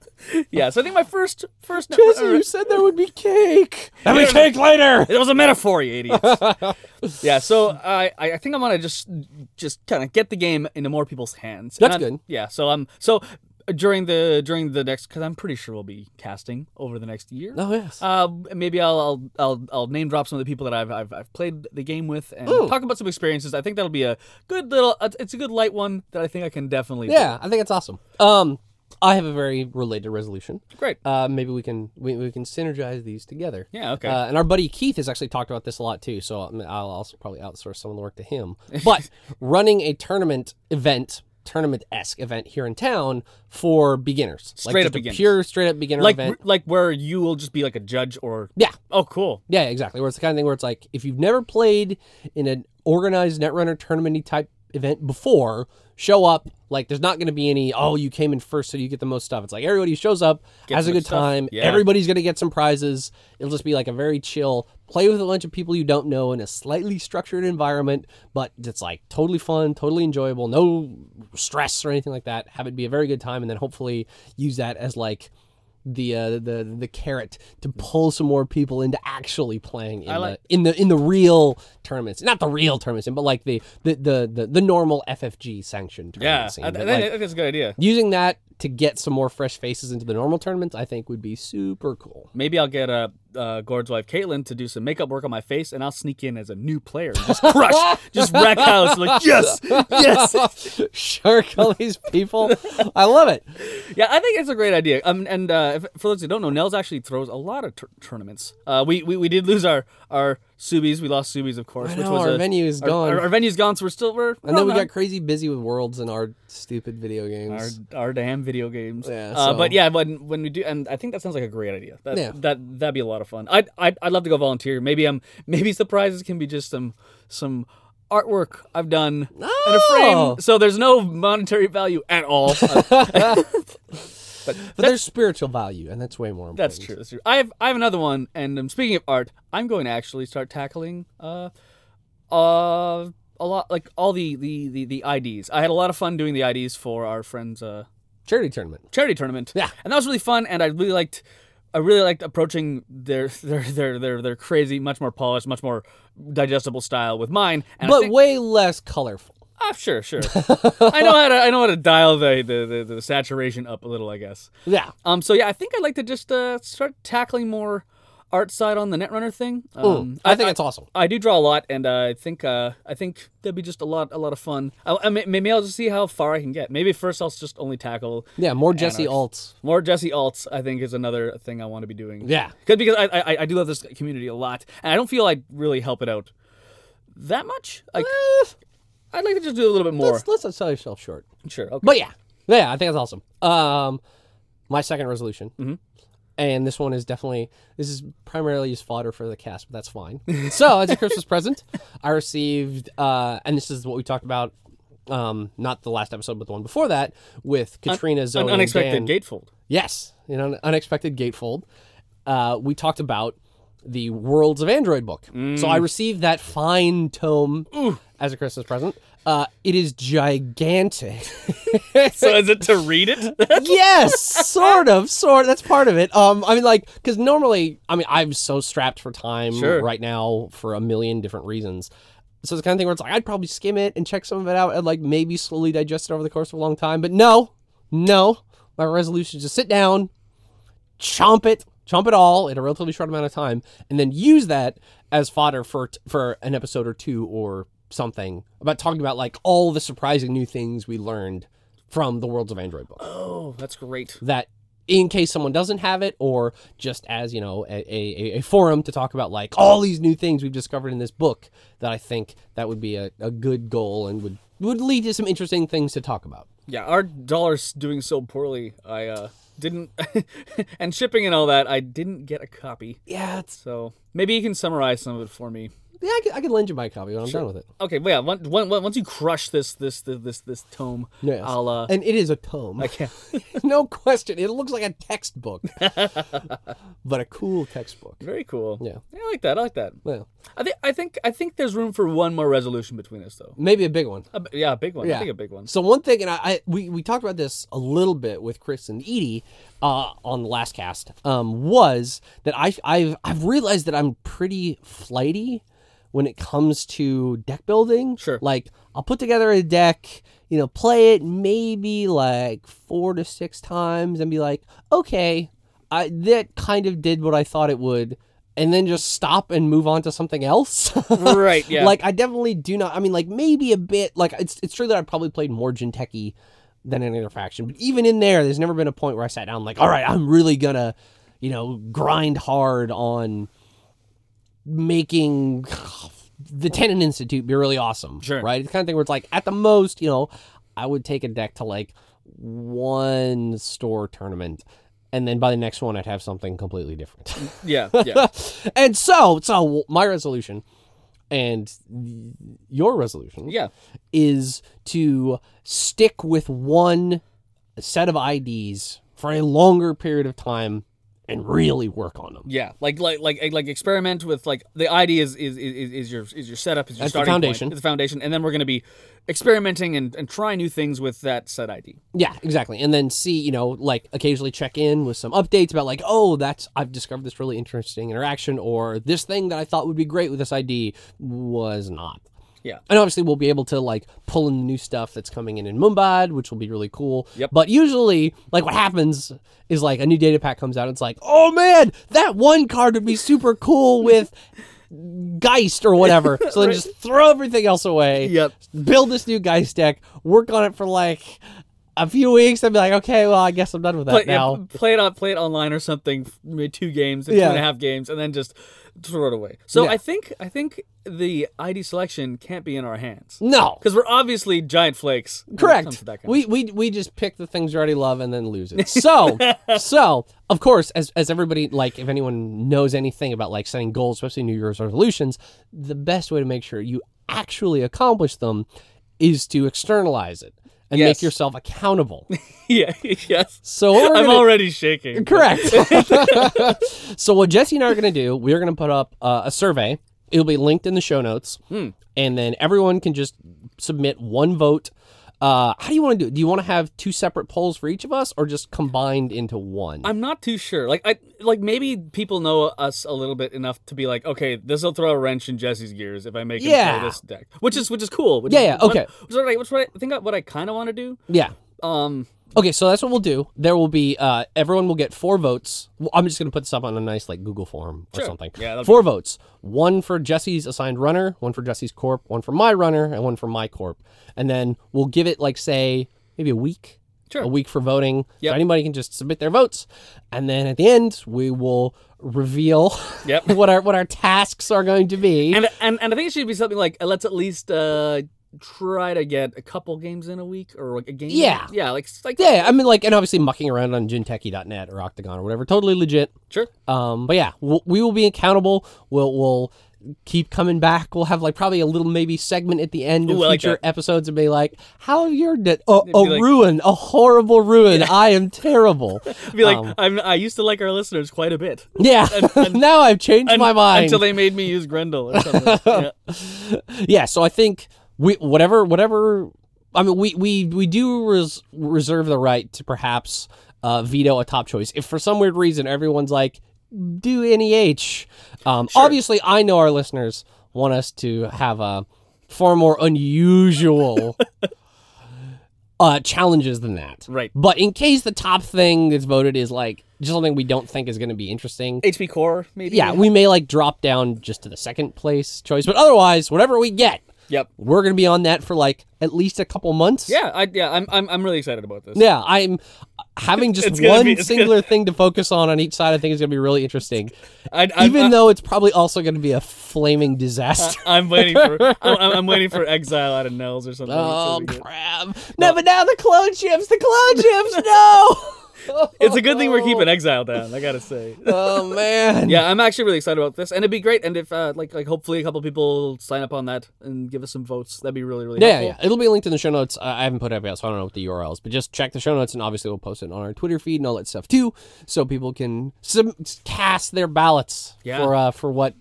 [SPEAKER 2] Yeah, so I think my first first
[SPEAKER 1] you said there would be cake. There'll be cake later.
[SPEAKER 2] It was a metaphor, you idiots. yeah, so I I I think I want to just just kind of get the game into more people's hands. And
[SPEAKER 1] That's
[SPEAKER 2] I-
[SPEAKER 1] good.
[SPEAKER 2] Yeah, so I'm so uh, during the during the next because I'm pretty sure we'll be casting over the next year.
[SPEAKER 1] Oh yes.
[SPEAKER 2] Uh, maybe I'll, I'll I'll I'll name drop some of the people that I've I've, I've played the game with and talk about some experiences. I think that'll be a good little. It's a good light one that I think I can definitely. do.
[SPEAKER 1] yeah, I think it's awesome. Um, I have a very related resolution.
[SPEAKER 2] Great.
[SPEAKER 1] Uh, maybe we can we, we can synergize these together.
[SPEAKER 2] Yeah. Okay.
[SPEAKER 1] Uh, and our buddy Keith has actually talked about this a lot too, so I mean, I'll also probably outsource some of the work to him. But running a tournament event, tournament esque event here in town for beginners,
[SPEAKER 2] Straight
[SPEAKER 1] like
[SPEAKER 2] up
[SPEAKER 1] just a
[SPEAKER 2] beginners.
[SPEAKER 1] pure straight up beginner
[SPEAKER 2] like
[SPEAKER 1] event.
[SPEAKER 2] like where you will just be like a judge or.
[SPEAKER 1] Yeah,
[SPEAKER 2] Oh, cool.
[SPEAKER 1] yeah, exactly. Where it's the kind of thing where it's like if you've never played in an organized netrunner tournament type event before, show up. Like there's not going to be any oh you came in first so you get the most stuff. It's like everybody who shows up has a
[SPEAKER 2] some
[SPEAKER 1] good
[SPEAKER 2] stuff.
[SPEAKER 1] time.
[SPEAKER 2] Yeah.
[SPEAKER 1] Everybody's going to get some prizes. It'll just be like a very chill play with a bunch of people you don't know in a slightly structured environment, but it's like totally fun, totally enjoyable, no stress or anything like that. Have it be a very good time and then hopefully use that as like the uh, the the carrot to pull some more people into actually playing in,
[SPEAKER 2] like-
[SPEAKER 1] the, in the in the real tournaments, not the real tournaments, but like the the the the, the normal FFG sanctioned tournament
[SPEAKER 2] Yeah, I,
[SPEAKER 1] scene.
[SPEAKER 2] I,
[SPEAKER 1] But,
[SPEAKER 2] think- I
[SPEAKER 1] like,
[SPEAKER 2] think that's a good idea.
[SPEAKER 1] using that to get some more fresh faces into the normal tournaments, I think would be super cool.
[SPEAKER 2] Maybe I'll get uh, uh, Gord's wife Caitlin to do some makeup work on my face, and I'll sneak in as a new player, and just crush, just wreck house. Like yes, yes.
[SPEAKER 1] Shark all these people, I love it.
[SPEAKER 2] Yeah, I think it's a great idea. Um, and uh, if, for those who don't know, Nels actually throws a lot of tur- tournaments. Uh, we, we we did lose our our Subies. We lost Subies, of course,
[SPEAKER 1] I
[SPEAKER 2] which
[SPEAKER 1] know,
[SPEAKER 2] was
[SPEAKER 1] our
[SPEAKER 2] a,
[SPEAKER 1] venue is
[SPEAKER 2] our,
[SPEAKER 1] gone.
[SPEAKER 2] Our, our venue's gone, so we're still we're.
[SPEAKER 1] And then we got crazy busy with worlds and our stupid video
[SPEAKER 2] our,
[SPEAKER 1] games.
[SPEAKER 2] our damn video games.
[SPEAKER 1] Yeah,
[SPEAKER 2] Uh, but
[SPEAKER 1] so-
[SPEAKER 2] yeah, when when we do, and I think that sounds like a great idea. That,
[SPEAKER 1] Yeah.
[SPEAKER 2] That that'd be a lot of fun. I'd, I'd I'd love to go volunteer. Maybe I'm maybe the prizes can be just some some artwork I've done and a
[SPEAKER 1] Oh!
[SPEAKER 2] frame. So there's no monetary value at all. Uh,
[SPEAKER 1] but there's spiritual value, and that's way more important.
[SPEAKER 2] that's true. That's true. I have I have another one. And um, speaking of art, I'm going to actually start tackling uh uh a lot like all the the the, the IDs. I had a lot of fun doing the IDs for our friends. Uh,
[SPEAKER 1] Charity tournament.
[SPEAKER 2] charity tournament.
[SPEAKER 1] Yeah.
[SPEAKER 2] and that was really fun, and I really liked. I really liked approaching their their their their their crazy, much more polished, much more digestible style with mine. And I
[SPEAKER 1] but
[SPEAKER 2] think,
[SPEAKER 1] way less colorful.
[SPEAKER 2] Ah, sure, sure. I know how to I know how to dial the the, the the saturation up a little, I guess.
[SPEAKER 1] Yeah.
[SPEAKER 2] Um, so yeah, I think I'd like to just uh, start tackling more art side on the Netrunner thing. Um,
[SPEAKER 1] Hmm. I think it's awesome.
[SPEAKER 2] I do draw a lot, and uh, I think uh, I think that'd be just a lot a lot of fun. I, I may, maybe I'll just see how far I can get. Maybe first I'll just only tackle
[SPEAKER 1] Yeah, more Jesse Alts.
[SPEAKER 2] More Jesse Alts, I think, is another thing I want to be doing.
[SPEAKER 1] Yeah.
[SPEAKER 2] Good because I, I I do love this community a lot, and I don't feel I really help it out that much. Like I'd like to just do a little bit more.
[SPEAKER 1] Let's, let's not sell yourself short.
[SPEAKER 2] Sure. Okay.
[SPEAKER 1] But yeah, yeah, I think that's awesome. Um, my second resolution, and this one is definitely this is primarily used fodder for the cast, but that's fine. so as a Christmas present, I received, uh, and this is what we talked about, um, not the last episode, but the one before that with Katrina, Zoe,
[SPEAKER 2] An
[SPEAKER 1] and
[SPEAKER 2] unexpected
[SPEAKER 1] Dan.
[SPEAKER 2] gatefold.
[SPEAKER 1] Yes, in an unexpected gatefold. Uh, we talked about the Worlds of Android book. So I received that fine tome as a Christmas present. Uh, it is gigantic.
[SPEAKER 2] So is it to read it?
[SPEAKER 1] yes, sort of, sort. That's part of it. Um, I mean, like, because normally, I mean, I'm so strapped for time
[SPEAKER 2] Sure.
[SPEAKER 1] right now for a million different reasons. So it's the kind of thing where it's like I'd probably skim it and check some of it out and like maybe slowly digest it over the course of a long time. But no, no, my resolution is to sit down, chomp it, chomp it all in a relatively short amount of time, and then use that as fodder for for an episode or two or something about talking about like all the surprising new things we learned from the worlds of Android book
[SPEAKER 2] oh, that's great.
[SPEAKER 1] that in case someone doesn't have it or just as you know a, a, a forum to talk about like all these new things we've discovered in this book that i think that would be a, a good goal and would would lead to some interesting things to talk about
[SPEAKER 2] Yeah, our dollar's doing so poorly. I uh, didn't, and shipping and all that. I didn't get a copy.
[SPEAKER 1] yeah it's
[SPEAKER 2] So maybe you can summarize some of it for me.
[SPEAKER 1] Yeah, I can, I can lend you my copy when I'm done with it.
[SPEAKER 2] Okay, well, yeah. One, one, one- once you crush this this this this, this tome,
[SPEAKER 1] Yes.
[SPEAKER 2] I'll uh,
[SPEAKER 1] and it is a tome.
[SPEAKER 2] I can't.
[SPEAKER 1] no question. It looks like a textbook, but a cool textbook.
[SPEAKER 2] Very cool.
[SPEAKER 1] Yeah.
[SPEAKER 2] I like that. I like that.
[SPEAKER 1] Well,
[SPEAKER 2] I think I think I think there's room for one more resolution between us, though.
[SPEAKER 1] maybe a big one.
[SPEAKER 2] A b yeah, a big one.
[SPEAKER 1] Yeah.
[SPEAKER 2] I think a big one.
[SPEAKER 1] So one thing, and I, I we, we talked about this a little bit with Chris and Edie uh, on the last cast, um, was that I I've I've realized that I'm pretty flighty when it comes to deck building.
[SPEAKER 2] Sure.
[SPEAKER 1] Like I'll put together a deck, you know, play it maybe like four to six times, and be like, okay, I that kind of did what I thought it would. And then just stop and move on to something else.
[SPEAKER 2] right. Yeah.
[SPEAKER 1] Like I definitely do not. I mean, like maybe a bit. Like it's it's true that I probably played more Genteki than any other faction, but even in there, there's never been a point where I sat down like, all right, I'm really gonna, you know, grind hard on making the Tenon Institute be really awesome.
[SPEAKER 2] Sure.
[SPEAKER 1] Right? It's the kind of thing where it's like, at the most, you know, I would take a deck to like one store tournament. And then by the next one, I'd have something completely different.
[SPEAKER 2] yeah. Yeah.
[SPEAKER 1] and so, so my resolution and your resolution
[SPEAKER 2] yeah.
[SPEAKER 1] is to stick with one set of IDs for a longer period of time and really work on them.
[SPEAKER 2] Yeah. Like like like like experiment with like the ID is is is, is your is your setup is your
[SPEAKER 1] That's the
[SPEAKER 2] starting
[SPEAKER 1] foundation.
[SPEAKER 2] Point. It's the foundation, and then we're gonna be experimenting and and trying new things with that set ID.
[SPEAKER 1] Yeah, exactly. And then see, you know, like occasionally check in with some updates about like, oh, that's I've discovered this really interesting interaction or this thing that I thought would be great with this ID was not.
[SPEAKER 2] Yeah.
[SPEAKER 1] And obviously we'll be able to like pull in the new stuff that's coming in in Mumbai, which will be really cool.
[SPEAKER 2] Yep.
[SPEAKER 1] But usually like what happens is like a new data pack comes out and it's like, "Oh man, that one card would be super cool with Geist or whatever." So then just throw everything else away
[SPEAKER 2] Yep.
[SPEAKER 1] build this new Geist deck, work on it for like a few weeks, and be like, okay, well, I guess I'm done with that
[SPEAKER 2] Play,
[SPEAKER 1] now.
[SPEAKER 2] yeah, play it on play it online or something. Maybe two games, or
[SPEAKER 1] Yeah.
[SPEAKER 2] two and a half games, and then just throw it away. So
[SPEAKER 1] Yeah.
[SPEAKER 2] I think I think the ID selection can't be in our hands.
[SPEAKER 1] No,
[SPEAKER 2] Because we're obviously giant flakes. when it comes
[SPEAKER 1] correct.
[SPEAKER 2] to that kind of-
[SPEAKER 1] We, we we just pick the things you already love and then lose it. So so of course, as as everybody like, if anyone knows anything about like setting goals, especially New Year's resolutions, the best way to make sure you actually accomplish them is to externalize it and make
[SPEAKER 2] Yes.
[SPEAKER 1] yourself accountable.
[SPEAKER 2] yeah, yes.
[SPEAKER 1] So what we're
[SPEAKER 2] I'm
[SPEAKER 1] gonna-
[SPEAKER 2] already shaking.
[SPEAKER 1] Correct. so what Jesse and I are going to do, we're going to put up uh, a survey. It'll be linked in the show notes, and then everyone can just submit one vote. Uh, how do you want to do it? Do you want to have two separate polls for each of us, or just combined into one?
[SPEAKER 2] I'm not too sure. Like I like maybe people know us a little bit enough to be like, okay, this will throw a wrench in Jesse's gears if I make him
[SPEAKER 1] Yeah.
[SPEAKER 2] play this deck, which is which is cool. Which
[SPEAKER 1] Yeah,
[SPEAKER 2] is
[SPEAKER 1] yeah,
[SPEAKER 2] what-
[SPEAKER 1] okay.
[SPEAKER 2] Which, is what I- which is what I I think I- what I kind of want to do.
[SPEAKER 1] yeah.
[SPEAKER 2] Um,
[SPEAKER 1] Okay, so that's what we'll do. There will be uh, everyone will get four votes. Well, I'm just going to put this up on a nice like Google form or
[SPEAKER 2] Sure.
[SPEAKER 1] something.
[SPEAKER 2] Yeah, that'll be-
[SPEAKER 1] four votes. One for Jesse's assigned runner, one for Jesse's corp, one for my runner, and one for my corp. And then we'll give it like say maybe a week.
[SPEAKER 2] Sure.
[SPEAKER 1] A week for voting.
[SPEAKER 2] Yep.
[SPEAKER 1] So anybody can just submit their votes, and then at the end we will reveal
[SPEAKER 2] Yep.
[SPEAKER 1] what our what our tasks are going to be.
[SPEAKER 2] and and and I think it should be something like uh, let's at least uh try to get a couple games in a week or like a game.
[SPEAKER 1] Yeah.
[SPEAKER 2] yeah, like like
[SPEAKER 1] yeah, I mean like and obviously mucking around on Jinteki.net or Octagon or whatever, totally legit.
[SPEAKER 2] sure.
[SPEAKER 1] Um, but yeah, we'll, we will be accountable. We'll we'll keep coming back. We'll have like probably a little maybe segment at the end of
[SPEAKER 2] Ooh, I like
[SPEAKER 1] future
[SPEAKER 2] that.
[SPEAKER 1] episodes and be like, "How have your de- a, a
[SPEAKER 2] be like-
[SPEAKER 1] ruin, a horrible ruin? I am terrible."
[SPEAKER 2] Be like
[SPEAKER 1] Um,
[SPEAKER 2] I'm, I used to like our listeners quite a bit.
[SPEAKER 1] yeah. now I've changed my
[SPEAKER 2] Un-
[SPEAKER 1] mind.
[SPEAKER 2] until they made me use Grendel or something. Yeah.
[SPEAKER 1] yeah. So I think we whatever whatever. I mean, we we we do res- reserve the right to perhaps uh, veto a top choice if for some weird reason everyone's like do NEH. Um, Obviously, I know our listeners want us to have a far more unusual. Uh, challenges than that,
[SPEAKER 2] Right.
[SPEAKER 1] But in case the top thing that's voted is like just something we don't think is going to be interesting,
[SPEAKER 2] HP Core, maybe.
[SPEAKER 1] yeah, we may like drop down just to the second place choice, but otherwise, whatever we get,
[SPEAKER 2] Yep.
[SPEAKER 1] we're gonna be on that for like at least a couple months.
[SPEAKER 2] Yeah. I, yeah. I'm, I'm. I'm really excited about this.
[SPEAKER 1] Yeah, I'm having just
[SPEAKER 2] It's gonna
[SPEAKER 1] one
[SPEAKER 2] be- it's
[SPEAKER 1] singular thing to focus on on each side. I think is gonna be really interesting,
[SPEAKER 2] I, I,
[SPEAKER 1] even
[SPEAKER 2] I,
[SPEAKER 1] though it's probably also gonna be a flaming disaster.
[SPEAKER 2] I'm waiting for. I'm, I'm waiting for Exile out of Nels or something. It's
[SPEAKER 1] Oh
[SPEAKER 2] gonna be good.
[SPEAKER 1] crap! No, but now the clone chips, the clone chips, no.
[SPEAKER 2] It's a good thing we're keeping exile down. I gotta say.
[SPEAKER 1] Oh man.
[SPEAKER 2] Yeah, I'm actually really excited about this, and it'd be great. And if uh, like like hopefully a couple people sign up on that and give us some votes, that'd be really really
[SPEAKER 1] Yeah, yeah.
[SPEAKER 2] helpful.
[SPEAKER 1] It'll be linked in the show notes. I I haven't put it up yet, so I don't know what the URL is. But just check the show notes, and obviously we'll post it on our Twitter feed and all that stuff too, so people can sub- cast their ballots
[SPEAKER 2] Yeah.
[SPEAKER 1] for uh, for what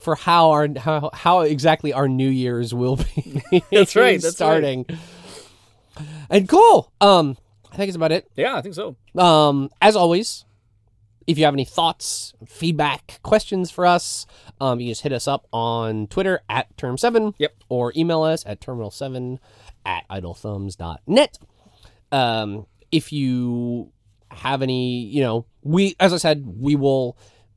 [SPEAKER 1] for how our how, how exactly our New Year's will be.
[SPEAKER 2] That's right, that's right.
[SPEAKER 1] starting. And cool. Um, I think it's about it.
[SPEAKER 2] Yeah, I think so.
[SPEAKER 1] Um, as always, if you have any thoughts, feedback, questions for us, um, you just hit us up on Twitter at Term7.
[SPEAKER 2] Yep.
[SPEAKER 1] Or email us at Terminal7 at idlethumbs.net. Um, if you have any, you know, we, as I said, we will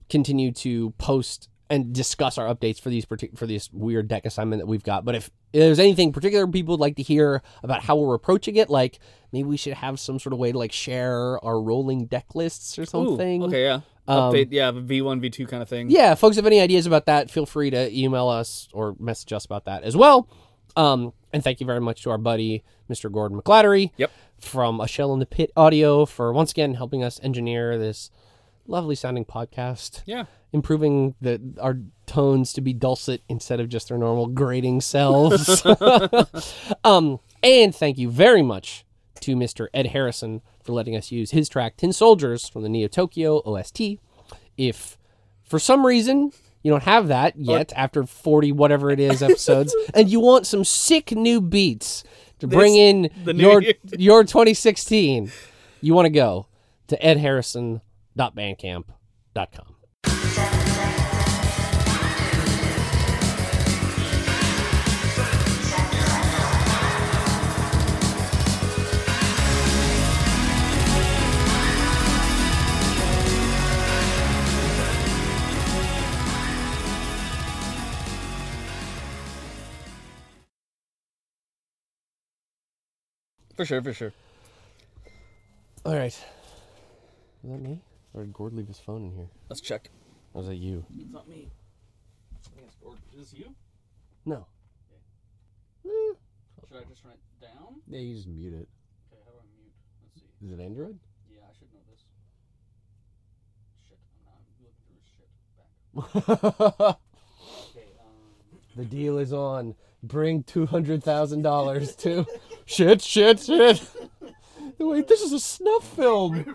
[SPEAKER 1] continue to post and discuss our updates for these partic- for this weird deck assignment that we've got. But if there's anything particular people would like to hear about how we're approaching it, like maybe we should have some sort of way to like share our rolling deck lists or
[SPEAKER 2] Ooh,
[SPEAKER 1] something. um,
[SPEAKER 2] okay, yeah. Update, yeah, V one, V two kind of thing.
[SPEAKER 1] Yeah, folks have any ideas about that, feel free to email us or message us about that as well. Um, and thank you very much to our buddy, Mr. Gordon McClattery
[SPEAKER 2] Yep.
[SPEAKER 1] from A Shell in the Pit Audio for once again helping us engineer this lovely sounding podcast,
[SPEAKER 2] Yeah.
[SPEAKER 1] improving the our tones to be dulcet instead of just their normal grating selves. um, and thank you very much to Mr. Ed Harrison for letting us use his track Tin Soldiers from the Neo Tokyo OST. If for some reason you don't have
[SPEAKER 2] Oh.
[SPEAKER 1] that yet after 40 whatever it is episodes and you want some sick new beats to bring in
[SPEAKER 2] the new
[SPEAKER 1] your
[SPEAKER 2] year.
[SPEAKER 1] your 2016 you want to go to edharrison.bandcamp.com
[SPEAKER 2] For sure, for sure.
[SPEAKER 1] all right is that me or did gord leave his phone in here
[SPEAKER 2] Let's check.
[SPEAKER 1] or was that you
[SPEAKER 2] It's not me. Is this you?
[SPEAKER 1] no
[SPEAKER 2] Should I just turn it down?
[SPEAKER 1] yeah you just mute it
[SPEAKER 2] Okay, how do I mute? Let's see.
[SPEAKER 1] is it android
[SPEAKER 2] Yeah, I should know this. Shit, I'm not looking through shit back. Okay, um.
[SPEAKER 1] the deal is on bring $200000 to shit shit shit wait this is a snuff film